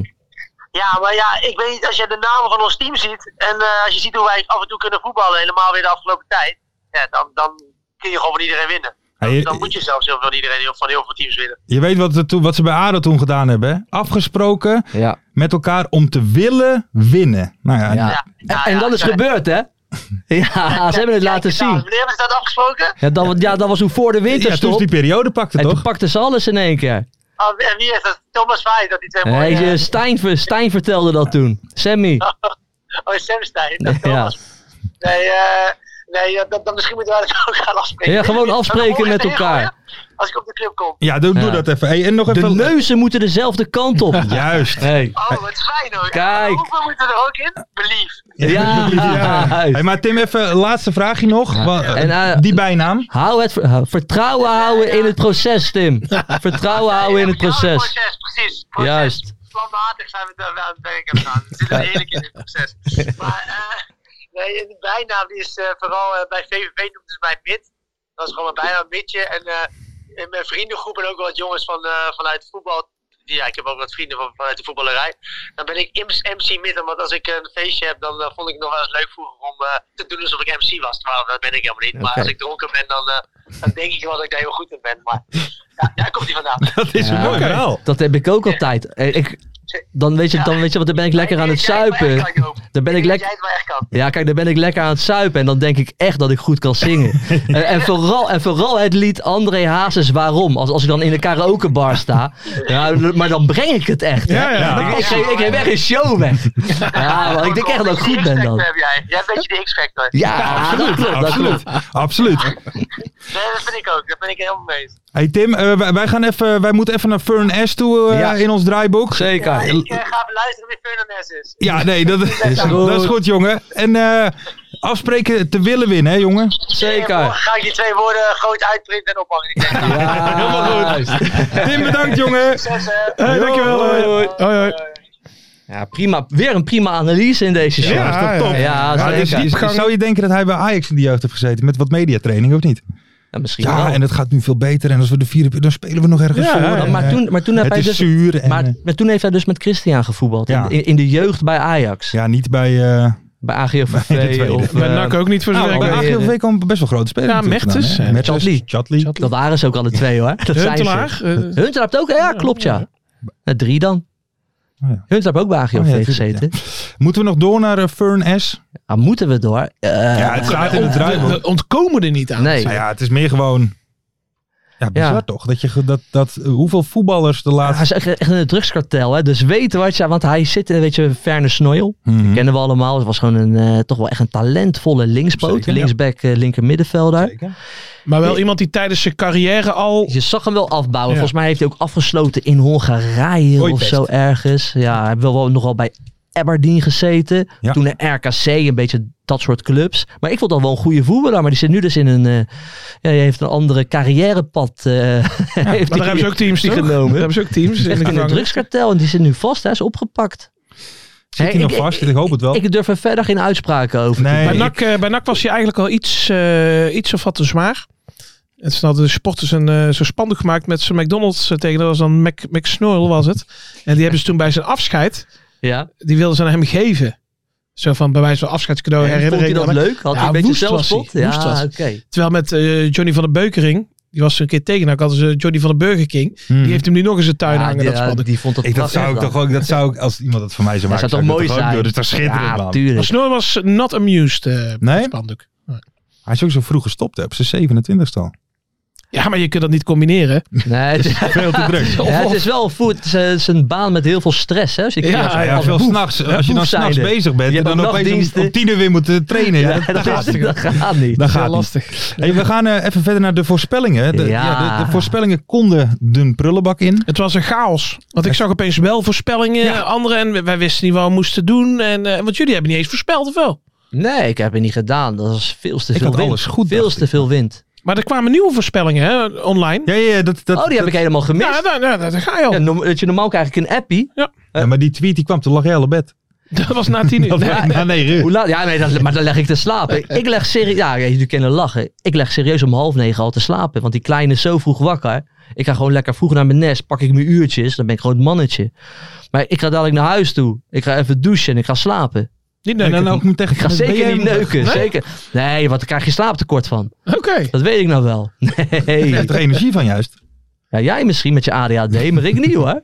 Ja, maar ja, ik weet niet, als je de namen van ons team ziet en eh, als je ziet hoe wij af en toe kunnen voetballen, helemaal weer de afgelopen tijd, ja, dan, dan kun je gewoon van iedereen winnen. Dan, Ja, je- dan moet je zelfs heel veel van iedereen, heel- van heel veel teams winnen. Je weet wat, er toen- wat ze bij ADO toen gedaan hebben, hè? Afgesproken Ja. met elkaar om te willen winnen. Nou ja, ja. Ja. En, en dat is ja, gebeurd, hè? Ja, ze hebben het ja, laten nou, zien. Wanneer hebben ze dat afgesproken? Ja, dat, wa- ja, dat was hoe voor de ja, toen ze winterstop. die periode pakte, En toen toch? pakten ze alles in één keer. Ah, en wie is dat? Thomas Vaai, dat die twee mooie... Hey, eh, eh, Stijn, ver- Stijn vertelde dat toen. Sammy. oh, Sam Stein, dat Ja. Thomas. Nee, eh, nee ja, dat, dan misschien moeten wij dat ook gaan afspreken. Ja, gewoon Dan afspreken volgende met keer elkaar. gewoon, hè, Als ik op de club kom. Ja, doe, doe Ja. dat even. Hey, en nog De even... neuzen moeten dezelfde kant op. Juist. Hey. Oh, wat fijn hoor. Kijk. Hoeveel moeten er ook in? Belief. Ja, Hey, maar Tim, even laatste vraagje nog. Wa- eh, En, eh, die bijnaam. Hou het, ver- hou- vertrouwen houden in het proces, Tim. Vertrouwen houden in het proces. proces precies. Proces. Juist. Planmatig zijn we daar wel aan het werk aan gedaan. We zitten eerlijk in dit proces. Maar eh, nee, de bijnaam die is eh, vooral eh, bij VVV noemden ze mij Mid. Dat is gewoon mijn bijnaam, Midje. En eh, in mijn vriendengroep en ook wel wat jongens van, eh, vanuit voetbal. Ja, ik heb ook wat vrienden van, vanuit de voetballerij. Dan ben ik Ims MC Mid. Want als ik een feestje heb, dan eh, vond ik het nog wel eens leuk vroeger om eh, te doen alsof ik MC was. Terwijl dat ben ik helemaal niet. Maar Oké. als ik dronken ben, dan, eh, dan denk ik wel dat ik daar heel goed in ben. Maar ja, daar komt hij vandaan. Dat is een Ja. mooi verhaal. Ah, Dat heb ik ook altijd. Eh, Ik, dan weet je, dan weet je, want dan ben ik lekker aan het Jij zuipen. het wel echt kan, Joop. Dan ben ik denk lekker. dat jij het wel echt kan. Ja, kijk, dan ben ik lekker aan het zuipen en dan denk ik echt dat ik goed kan zingen. en, en, vooral, en vooral het lied André Hazes Waarom. Als, als ik dan in de karaokebar sta. Ja, maar dan breng ik het echt. hè. Ja, ja. Ik, ik, geef- ik geef echt een show weg. Ja, Ah, maar ik denk echt dat ik goed ben dan. Heb jij. jij bent je de X-Factor. Ja, dat klopt. Dat klopt. Absoluut. Absoluut. Nee, dat vind ik ook. Daar ben ik helemaal mee eens. Hey Tim, eh, wij, wij gaan even, wij moeten even naar Fern S toe eh, Ja. in ons draaiboek. Zeker. Ik eh, ga even luisteren wie Fernandez is. Ja, nee, dat, dat is, goed. goed, jongen. En eh, Afspreken te willen winnen, hè, jongen? Morgen Zeker. Ga ik die twee woorden groot uitprinten en ophangen. Ik denk, nou, Helemaal goed. Tim, bedankt, jongen. Eh, succes, hè. Hey, dankjewel. Hoi, Oh, hoi. Hoi, hoi. Ja, prima. Weer een prima analyse in deze show. Ja, Is toch top? ja. Ja, Ja, dit is zeker. diepgang. dus Zou je denken dat hij bij Ajax in de jeugd heeft gezeten met wat mediatraining of niet? Ja, misschien Ja, wel. en het gaat nu veel beter. En als we de vierde dan spelen we nog ergens Ja, voor. ja, En, maar eh, toen, maar toen heb het hij is dus... zuur. En, Maar, eh, maar toen heeft hij dus met Christian gevoetbald. in- Ja. In, in de jeugd bij Ajax. ja, niet bij... eh, Bij AGOVV. Bij de tweede. of, Bij eh, NAC ook niet voor nou, zover ik bij bij weet. AGOV komen best wel grote spelers Ja, natuurlijk Mertens vandaan, hè. en Mertens, Chatley. Chatley. Dat waren ze ook al de twee hoor. Dat zijn ze. Huntelaar. eh, Hunter hebt ook, ja klopt ja. Eh, Drie dan. Oh, ja. Hunter heeft ook bij AGOVV Oh ja, tuurlijk, gezeten. Moeten we nog door naar eh, Fern S? Ah, moeten we door? Eh, ja, het staat in ont- het draaiboek. we ontkomen er niet aan. nee. Nou ja, het is meer gewoon... Ja, bizar Ja. toch? Dat je, ge- dat, dat, eh, hoeveel voetballers de Hij laatste... is echt, echt in het drugskartel, hè? dus weten wat je... Want hij zit in, weet je, Verne Snoil. Mhm. Kennen we allemaal. Het was gewoon een, eh, toch wel echt een talentvolle linkspoot. Zeker, ja. Linksback, eh, linker middenvelder. Maar wel iemand die tijdens zijn carrière al... Je zag hem wel afbouwen. Ja. Volgens mij heeft hij ook afgesloten in Hongarije of Budapest. zo ergens. Ja, hij heeft wel, wel nogal bij Aberdeen gezeten. Ja. Toen naar RKC, een beetje dat soort clubs. Maar ik vond dat wel een goede voetballer. Maar die zit nu dus in een... eh, ja, die heeft een andere carrièrepad. eh heeft Maar daar hebben ze ook teams, die toch? genomen. Daar hebben ze ook teams. in de Echt in een gevangenis. drugskartel. En die zit nu vast. Hij is opgepakt. Zit hij Hey, nog ik- vast? Ik hoop het wel. Ik durf er verder geen uitspraken over te Nee, Bij ik- NAC, eh, bij NAC was hij eigenlijk al iets, eh, iets of wat te zwaar. En toen hadden de supporters een eh zo'n spandoek gemaakt met zijn McDonald's eh, tegen. Dat was dan Mac, McSnurl was het. En die hebben ze toen bij zijn afscheid, doen. Ja. die wilden ze aan hem geven. Zo van bij wijze van afscheidscadeau Vond hij herinnering. dat aan hem. leuk? Had Ja, hij een beetje woest was zelfspot? hij. Ja, Woest was oké. hij. Terwijl met eh, Johnny van de Beukering, die was er een keer tegen. Nou, hadden ze Johnny van de Burger King. Hmm. Die heeft hem nu nog eens een tuin Ja, hangen, die- dat ja, spandoek. die vond dat Ik, dat prachtig zou ik dan. toch ook, dat zou ik, als iemand dat voor mij zou Dat maken, zou toch mooi ik dat ook zijn? doen. Dat is toch schitterend, ja, man. tuurlijk. McSnurl was not amused, eh Nee? spandoek. Hij is ook zo vroeg gestopt, hè, op zijn 27ste al. Ja, maar je kunt dat niet combineren. Nee, het, is, Veel te druk. ja, het is wel voet. Het is, eh, het is een baan met heel veel stress. Hè? Dus ik Ja, Ja, als- ja, als veel boef. s'nachts, hè, als je dan boef s'nachts zijnde. bezig bent Je en hebt dan ook opeens om, nachtdiensten. om tien uur weer moet eh, trainen. Ja, Ja, dat, dat gaat dat, is, dat gaat niet. dat gaat niet. lastig. Hey, we gaan eh, even verder naar de voorspellingen. De, ja. Ja. de, de voorspellingen konden de prullenbak in. Het was een chaos. Want ik zag opeens wel voorspellingen, Ja. anderen. En wij wisten niet wat we moesten doen. En, eh, want jullie hebben niet eens voorspeld, of wel? Nee, ik heb het niet gedaan. Dat was veel te Ik veel had wind. alles goed, Veel dacht te veel wind. Maar er kwamen nieuwe voorspellingen hè, online. Ja, ja, ja, dat, dat, Oh, die heb ik helemaal gemist. Ja, Ja, nou, nou, daar ga je al. norm- dat je normaal krijg ik een appie. ja, maar die tweet die kwam, toen lag jij al op bed. Dat was na tien uur. Dat Nee, was na negen uur. Hoe laat? Ja, nee, dan, maar dan leg ik te slapen. Ik leg serieus. Ja, jullie kunnen lachen. Ik leg serieus om half negen al te slapen. Want die kleine is zo vroeg wakker. Ik ga gewoon lekker vroeg naar mijn nest. Pak ik mijn uurtjes. Dan ben ik gewoon het mannetje. Maar ik ga dadelijk naar huis toe. Ik ga even douchen en ik ga slapen. niet En neuken. dan ook moet tegen nou, Ik ga zeker niet neuken. Nee? Zeker. Nee, want dan krijg je slaaptekort van. Oké. Dat weet ik nou wel. Je Nee. hebt er energie van juist. Ja, jij misschien met je ADHD, maar ik niet hoor.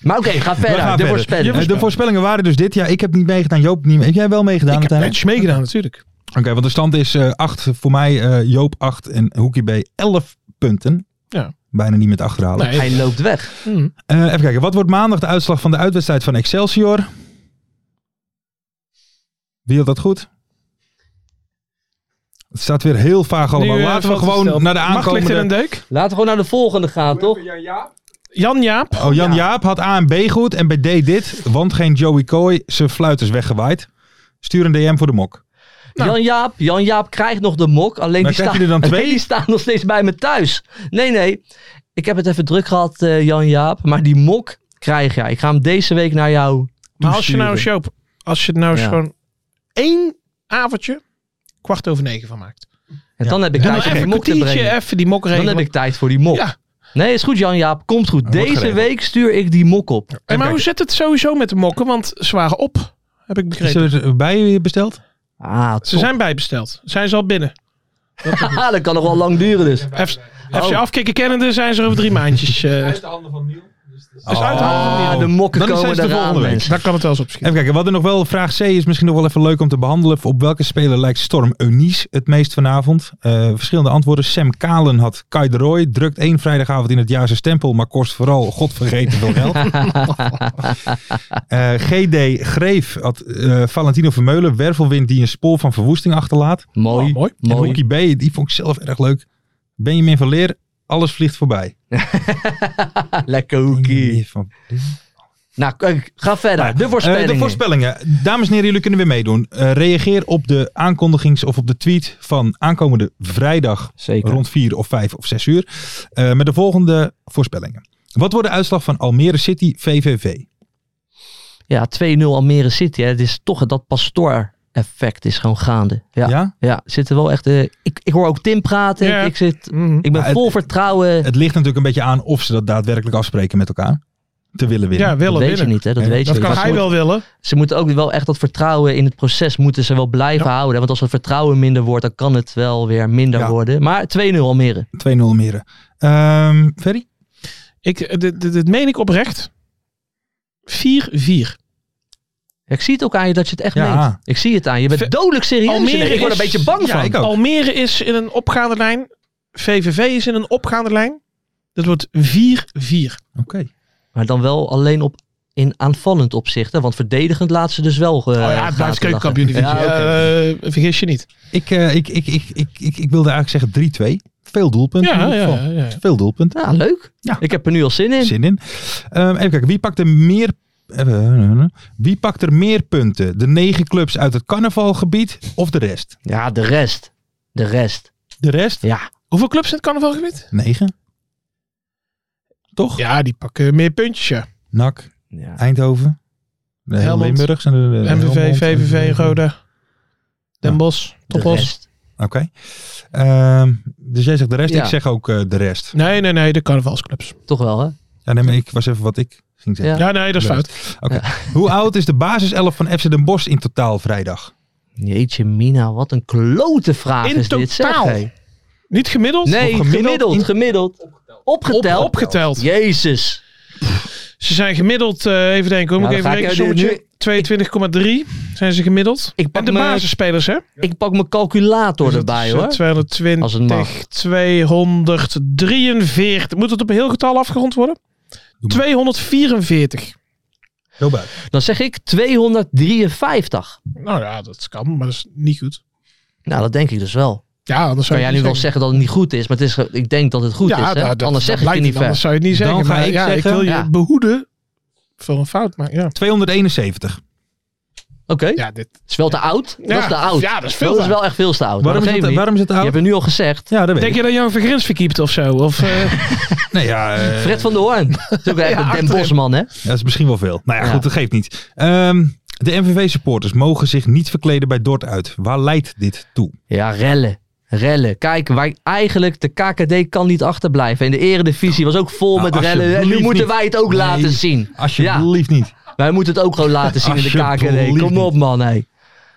Maar oké, ga We verder. gaan verder. de Eh, voorspelling. De voorspellingen waren dus dit. Ja, ik heb niet meegedaan. Joop niet mee. Heb jij wel meegedaan? Ik heb uiteindelijk? netjes meegedaan, natuurlijk. Oké, want de stand is 8 voor mij. eh, Joop 8 en Hoekie B 11 punten. Ja. Bijna niet met achterhalen. Nee. Hij loopt weg. Hm. Eh, even kijken, wat wordt maandag de uitslag van de uitwedstrijd van Excelsior? Wie had dat goed? Het staat weer heel vaag allemaal. Nu, eh, Laten we valt het gewoon stil. naar de Macht ligt in een aankomende... deuk. Laten we gewoon naar de volgende gaan, toch? Jan Jaap. Oh, Jan Jaap had A en B goed en bij D dit, want geen Joey Kooi, zijn fluit is weggewaaid. Stuur een DM voor de mok. Jan, Jaap, Jan Jaap krijgt nog de mok. Alleen Maar die, krijg staan, je er dan alleen twee? die staan nog steeds bij me thuis. Nee, nee. Ik heb het even druk gehad, eh, Jan Jaap. Maar die mok krijg jij. Ik ga hem deze week naar jou. Maar als je nou, toesturen. Joop, als je er nou eens Ja. gewoon één avondje, kwart over negen van maakt. En dan heb ik En dan tijd even om die een mok te kwartiertje, brengen. even die mok Dan heb regelen. ik tijd voor die mok. Ja. Nee, is goed, Jan Jaap. Komt goed. wordt Deze geregeld. week stuur ik die mok op. Hey, maar hoe zit het sowieso met de mokken? Want ze waren op, heb ik Is begrepen. er bij eh, besteld? Ah, Ze top. zijn bijbesteld. Zijn ze al binnen? Ah, dat kan nog wel lang duren dus. F- FC afkikken kennende zijn ze er over drie maandjes. eh. Oh. uit de handen Ah, de mokken Dan is komen deze de eraan, volgende week. mensen. Daar kan het wel eens op schieten. Even kijken, wat er nog wel. Vraag C is misschien nog wel even leuk om te behandelen. Op welke speler lijkt Storm Eunice het meest vanavond? Eh, verschillende antwoorden. Sam Kalen had Kai de Roy. Drukt één vrijdagavond in het jaar zijn stempel, maar kost vooral godvergeten veel geld. Eh, GD Greef had eh, Valentino Vermeulen. Wervelwind die een spoor van verwoesting achterlaat. Mooi. Oh, mooi. En mooi. Hoekie B, die vond ik zelf erg leuk. Benjamin van Leer, alles vliegt voorbij. Lekker hoekie. Van- Ah, Nou, kijk, ga verder. Nou, de voorspellingen. Eh, de voorspellingen. Dames en heren, jullie kunnen weer meedoen. Eh, reageer op de aankondigings of op de tweet van aankomende vrijdag Zeker. rond 4 of 5 of 6 uur. eh, met de volgende voorspellingen. Wat wordt de uitslag van Almere City VVV? Ja, 2-0 Almere City. Hè. Het is toch dat pastoor-effect is gewoon gaande. Ja, ja? Ja? zitten wel echt. eh, ik, ik hoor ook Tim praten. Ja. Ik, ik zit, Mhm. ik ben Maar het- vol vertrouwen. Het ligt natuurlijk een beetje aan of ze dat daadwerkelijk afspreken met elkaar. Te willen winnen. Ja, dat willen weet winnen. je niet, hè? Dat Ja, weet Dat je kan niet. Maar hij ze, wel willen. moeten- ze moeten ook wel echt dat vertrouwen in het proces moeten ze wel blijven houden. hè. Want als het vertrouwen minder wordt, dan kan het wel weer minder Ja. worden. Maar 2-0 Almere. 2-0 Almere. Ehm Ferry? Ik, eh, dit, dit, dit meen ik oprecht. 4-4. Ja, ik zie het ook aan je dat je het echt Ja. meent. Ik zie het aan je. Je bent Ve- dodelijk serieus. Almere ik word er is- een beetje Ja, bang van. ik ook. Almere is in een opgaande lijn. VVV is in een opgaande lijn. Dat wordt 4-4. Oké. Maar dan wel alleen op in aanvallend opzicht. Hè? Want verdedigend laat ze dus wel. eh, oh ja, het gaten blijft lachen. keukenkampioen divisie. Ja, oké. Eh, vergis je niet. Ik, eh, ik, ik, ik, ik, ik, ik wilde eigenlijk zeggen 3-2. Veel doelpunten. in Ja, ieder ja, geval. ja, ja. Veel doelpunten. Ja, Nou, leuk. Ja. Ik heb er nu al zin in. zin in. Ehm, even kijken, wie pakt er meer... eh, Wie pakt er meer punten? De negen clubs uit het carnavalgebied of de rest? Ja, de rest. De rest. De rest? Ja. Hoeveel clubs in het carnavalgebied? Negen. Toch? Ja, die pakken meer puntjes. ja. NAC, ja. Eindhoven, de hele Helmond. Limburgs en de, de- Eh, de MVV, Helmond, en VVV, de- Roda, Den Ja. Bosch, De Topos. rest. Oké. Ehm, dus jij zegt de rest, Ja. ik zeg ook eh, de rest. Nee, nee, nee, de carnavalsclubs. Toch wel, hè? Ja, nee, maar ik was even wat ik ging zeggen. Ja. Ja, nee, dat is De fout. Oké. Hoe oud is de basiself van FC Den Bosch in totaal vrijdag? Jeetje mina, wat een klote vraag In is dit. Zeg, totaal. hé. Niet gemiddeld? Nee, Of gemiddeld gemiddeld. in- Gemiddeld. Op- Opgeteld. opgeteld. Jezus. Ze zijn gemiddeld, eh, even denken, hoor, Ja, moet ik dan even ga rekenen. ik, Sommetje 22,3 zijn ze gemiddeld. Ik pak en de me- basisspelers, hè? Ik pak mijn calculator Dus dat erbij, is, eh, hoor. 220, Als het mag. 243. Moet het op een heel getal afgerond worden? maar. 244. Heel buiten. Dan zeg ik 253. Nou ja, dat kan, maar dat is niet goed. Nou, dat denk ik dus wel. Ja, anders zou Kan je jij het nu wel niet zeggen dat het niet goed is, maar het is, ge- ik denk dat het goed ja, is. Hè? nou, dat- Anders dat zeg ik het blijkt niet ver. Anders zou je het niet Dan zeggen. ga maar ik ja, zeggen- ik wil je Ja. behoeden voor een fout. Maar ja, 271. Oké, ja dit, het is wel te oud. Ja, Dat is te oud. ja, dat is veel Dat is te wel echt veel te oud. Waarom Maar is, dat het, geeft niet. waarom is het Je oud? hebt het nu al gezegd. Ja, dat weet Denk ik. je dat Jan Vergrins verkiept of zo? Of, eh, Nee, ja, eh, Fred van der Hoorn. Dat is ook echt een Den Bosman, hè? Ja, Dat is misschien wel veel. Nou ja, Ja. goed, dat geeft niet. Ehm, de MVV-supporters mogen zich niet verkleden bij Dort uit. Waar leidt dit toe? Ja, rellen. Rellen. Kijk, waar eigenlijk de KKD kan niet achterblijven. En de eredivisie was ook vol Nou, met rellen. En alsjeblieft nu moeten niet. wij het ook Nee. laten zien. Alsjeblieft niet. Wij moeten het ook gewoon laten zien in de KKD. Alsjeblieft Kom op, man. hé.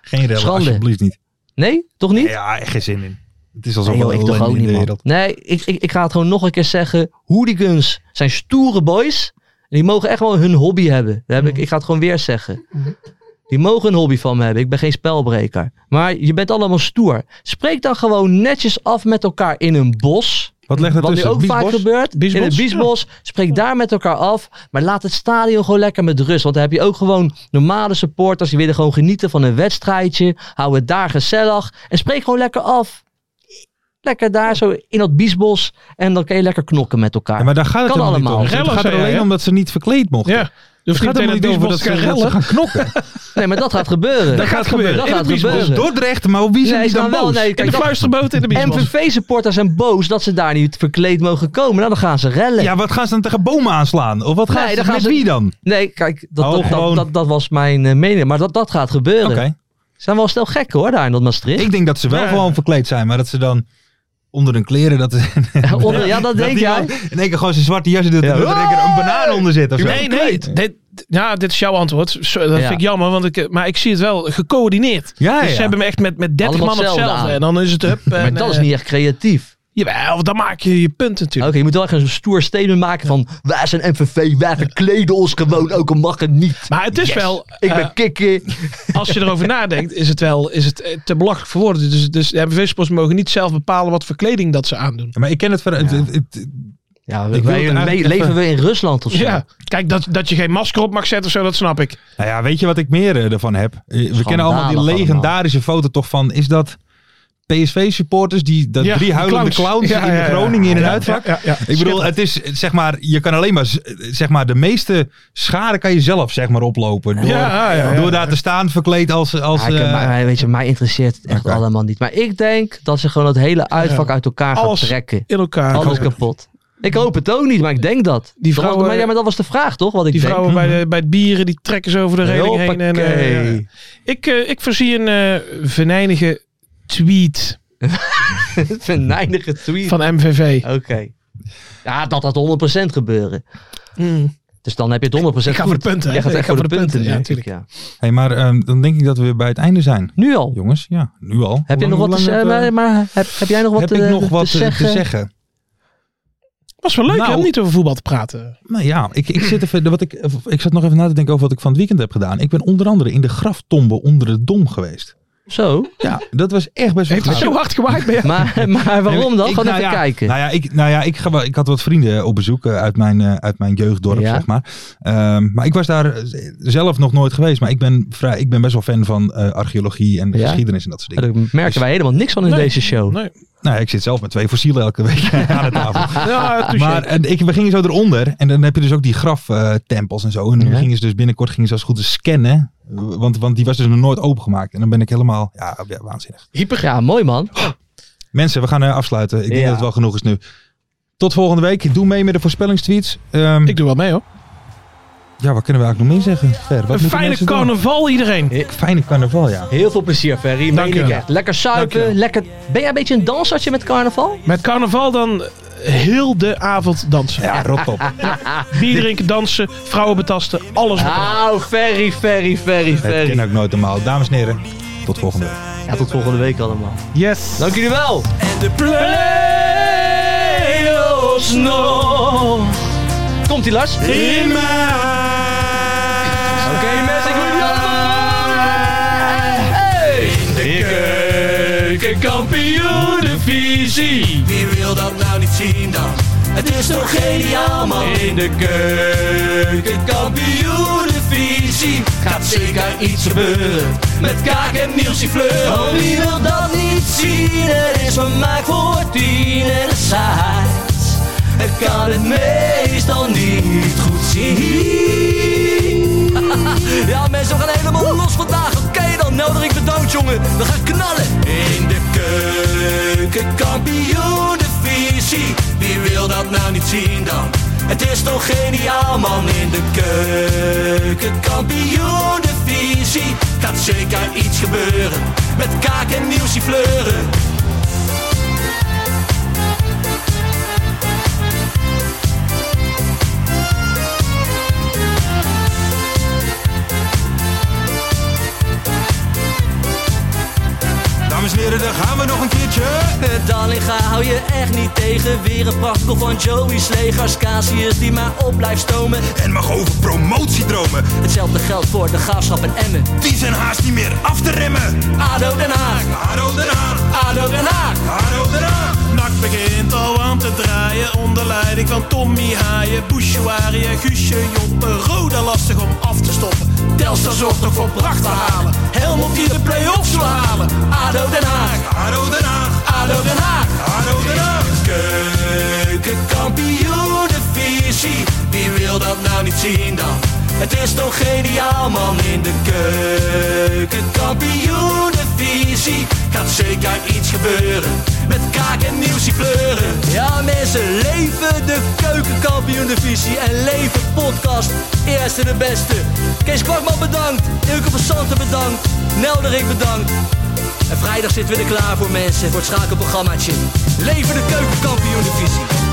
Geen rellen, Schande. alsjeblieft niet. Nee, toch niet? Ja, echt geen zin in. Het is alsof Nee, joh, we ik toch alleen ook in niet, de man. wereld- Nee, ik, ik, ik ga het gewoon nog een keer zeggen. Hooligans zijn stoere boys. En die mogen echt wel hun hobby hebben. Dat heb ik, ik ga het gewoon weer zeggen. Die mogen een hobby van me hebben. Ik ben geen spelbreker. Maar je bent allemaal stoer. Spreek dan gewoon netjes af met elkaar in een bos. Wat legt er Wat nu tussen? ook vaak Biesbos? gebeurt. Biesbos? In het Biesbos. Spreek daar met elkaar af. Maar laat het stadion gewoon lekker met rust. Want dan heb je ook gewoon normale supporters. Die willen gewoon genieten van een wedstrijdje. Hou het daar gezellig. En spreek gewoon lekker af. Lekker daar zo in dat Biesbos. En dan kan je lekker knokken met elkaar. Ja, maar daar gaat het Kan helemaal niet allemaal. om. Het Rellen, gaat er zei jij, alleen hè? om dat ze niet verkleed mochten. ja, je Dus Het hoeft niet gaat meteen helemaal naar niet over dat Biesbos ze, gaan dat ze rellen. gaan knokken. Nee, maar dat gaat gebeuren. dat gaat Dat gebeuren. gaat gebeuren. Dus Dordrecht, maar wie zijn Nee, die dan gaan wel- boos? nee, In de kijk, dat- fluisterboot in de Biesbos. MVV-supporters zijn boos dat ze daar niet verkleed mogen komen. Nou, dan gaan ze rellen. Ja, wat gaan ze dan tegen bomen aanslaan? Of wat gaan Nee, ze, dan gaan met ze- wie dan? Nee, kijk, dat, Oh, dat, dat- gewoon- dat, dat, was mijn eh, mening. Maar dat, dat gaat gebeuren. Oké. Ze zijn wel snel gek hoor, daar in dat Maastricht. Ik denk dat ze wel Ja. gewoon verkleed zijn, maar dat ze dan onder hun kleren... Dat, Onder- ja, dat denk die jij. man In één keer gewoon zijn zwarte jasje doet en Ja. dat er in één keer een banaan onder zit of zo. Nee, nee. Dit, ja, dit is jouw antwoord. Zo, dat Ja. vind ik jammer, want ik, eh, maar ik zie het wel gecoördineerd. Ja, ja. Dus ze hebben me echt met, met 30 Allemaal man hetzelfde hetzelfde. aan. En dan is het up. Maar en, dat is eh, niet echt creatief. Jawel, dan maak je je punt Oké, natuurlijk. je moet wel echt een stoer statement maken van... Wij zijn MVV, wij verkleden ons gewoon, ook al mag het niet. Maar het is wel, Ik eh, ben kikker. als je erover nadenkt, is het wel is het eh, te belachelijk voor woorden. Dus, dus de MVV-sports mogen niet zelf bepalen wat voor kleding dat ze aandoen. Ja, Maar ik ken het van... het- het- het- Ja, wil wij- het eigenlijk le- leven even- we in Rusland of zo? Ja, kijk, dat, dat je geen masker op mag zetten of zo, dat snap ik. nou ja, weet je wat ik meer eh, ervan heb? Eh, We kennen allemaal die allemaal. legendarische foto toch van... Is dat PSV-supporters, die dat Ja, drie huilende clowns. clowns, Ja, in ja, ja. Groningen in een Ja, uitvak. ja, ja. Ik bedoel, het is zeg maar, je kan alleen maar, z- zeg maar, de meeste schade kan je zelf zeg maar oplopen. Door, Ja, ja, ja. door daar te staan verkleed als, dus, als Ja, ik- eh, maar, maar weet je, mij interesseert het echt Oké. allemaal niet. Maar ik denk dat ze gewoon dat hele uitvak uit elkaar gaan Alles trekken. in elkaar. Alles kapot. Ik hoop het ook niet, maar ik denk dat. Die Dat vrouwen- was, maar, ja, maar dat was de vraag, toch? Wat ik Die denk. vrouwen bij, de, bij het bieren, die trekken ze over de reling heen. En, eh, Hoppakee. ja. ik, eh, ik voorzie een eh, venijnige tweet Venijnige tweet. van MVV. Oké. Ja, dat had 100% gebeuren. Dus dan heb je het 100% Ik ga voor de punten, hè? Je gaat Ik echt ga voor de punten, ja, natuurlijk. Ja. Hey, maar ehm, dan denk ik dat we bij het einde zijn. Nu al. Jongens, ja, nu al. Heb je Hoe nog lang- wat te hoe zeggen? lang dat, eh, Maar, maar heb, heb jij nog wat, heb te, ik nog te eh, wat te zeggen? te zeggen? Was wel leuk hè, Nou. om niet over voetbal te praten. Nou ja, ik, ik, zit even, wat ik, ik zat nog even na te denken over wat ik van het weekend heb gedaan. Ik ben onder andere in de graftombe onder de dom geweest. Zo. Nou, Ja, dat was echt best wel Heeft het gaaf. zo hard gewaaid bij jou? Maar, maar waarom dan? Ik- Gewoon nou even ja, kijken. Nou ja, ik, nou ja ik, ga, wel- ik had wat vrienden op bezoek eh, uit mijn, eh, uit mijn jeugddorp, Ja. zeg maar. Ehm, maar ik was daar eh, zelf nog nooit geweest. Maar ik ben, vrij, ik ben best wel fan van eh, archeologie en Ja? geschiedenis en dat soort dingen. Nou, Daar merken wij helemaal niks van in Nee. deze show. Nee. Nou ja, ik zit zelf met twee fossielen elke week aan de tafel. Ja, touché. Maar eh, en ik, we gingen zo eronder. En dan heb je dus ook die graftempels en zo. En nu Ja. gingen ze dus binnenkort gingen ze als het goed is scannen. Want, want die was dus nog nooit opengemaakt. En dan ben ik helemaal ja, ja, waanzinnig. hyper. Ja, mooi man. Mensen, we gaan eh, afsluiten. Ik denk Ja. dat het wel genoeg is nu. Tot volgende week. Doe mee met de voorspellingstweets. Ehm, Ik doe wel mee hoor. Ja, wat kunnen we eigenlijk nog meer zeggen? Ver, wat Een moeten fijne mensen doen? carnaval iedereen. Fijne carnaval, ja. Heel veel plezier, Ferry. Dank Meen je ik wel. echt. Lekker Dank je suiken. Lekker... Ben jij een beetje een dansertje met carnaval? Met carnaval dan heel de avond dansen. Ja, rot op. Bier drinken, dansen, vrouwen betasten, alles. wat Ah. er- Nou, Ferry, Ferry, Ferry, Dat Ferry. ken ik nooit normaal. Dames en heren, tot volgende week. Ja, tot volgende week allemaal. Yes. Dank jullie wel. de play-offs nog. Komt ie, Lars? Oké, In mensen, ik wil jullie allemaal. Hey! keukenkampioen-divisie. Wie wil dat nou niet zien dan? Het is toch geniaal man In de keukenkampioenenvisie Gaat zeker iets gebeuren Met Kaak en Nielsie Fleur Oh wie wil dat niet zien? Er is vermaakt voor tien en de site Het kan het meestal niet goed zien Ja mensen we gaan helemaal los vandaag Oké dan Nelderik bedankt jongen We gaan knallen In de keukenkampioen divisie Wie wil dat nou niet zien dan? Het is toch geniaal man in de keukenkampioen divisie Gaat zeker iets gebeuren Met kaak en nieuwsie fleuren Dames en heren, daar gaan we nog een keertje. Dallinga Eh, hou je echt niet tegen Weer een prachtkel van Joey Slegers Casius die maar op blijft stomen En mag over promotiedromen, Hetzelfde geldt voor de graafschap en Emmen die zijn haast niet meer af te remmen. ADO Den Haag Haro Den Haag, ADO Den Haag Haro Den Haag. Nak begint al aan te draaien onder leiding van Tommy Haaien, Bouchouari en Guusje Joppen. Roda lastig om af te stoppen. Telstar zorgt nog voor pracht te halen. Helmond die de play-offs wil halen. ADO Den Haag, Haro Den Haag, ADO Den Haag. Haro Den Haag. Keukenkampioenenvisie, wie wil dat nou niet zien dan? Het is toch geniaal man in de keukenkampioenenvisie Gaat zeker iets gebeuren, met kaak en nieuwsie pleuren Ja mensen, leven de keukenkampioenenvisie en leven podcast Eerste de beste Kees Kwakman bedankt, Ilke van Santen bedankt, Nelderik bedankt en vrijdag zitten we er klaar voor mensen, voor het schakelprogrammaatje. Leven de keukenkampioen divisie.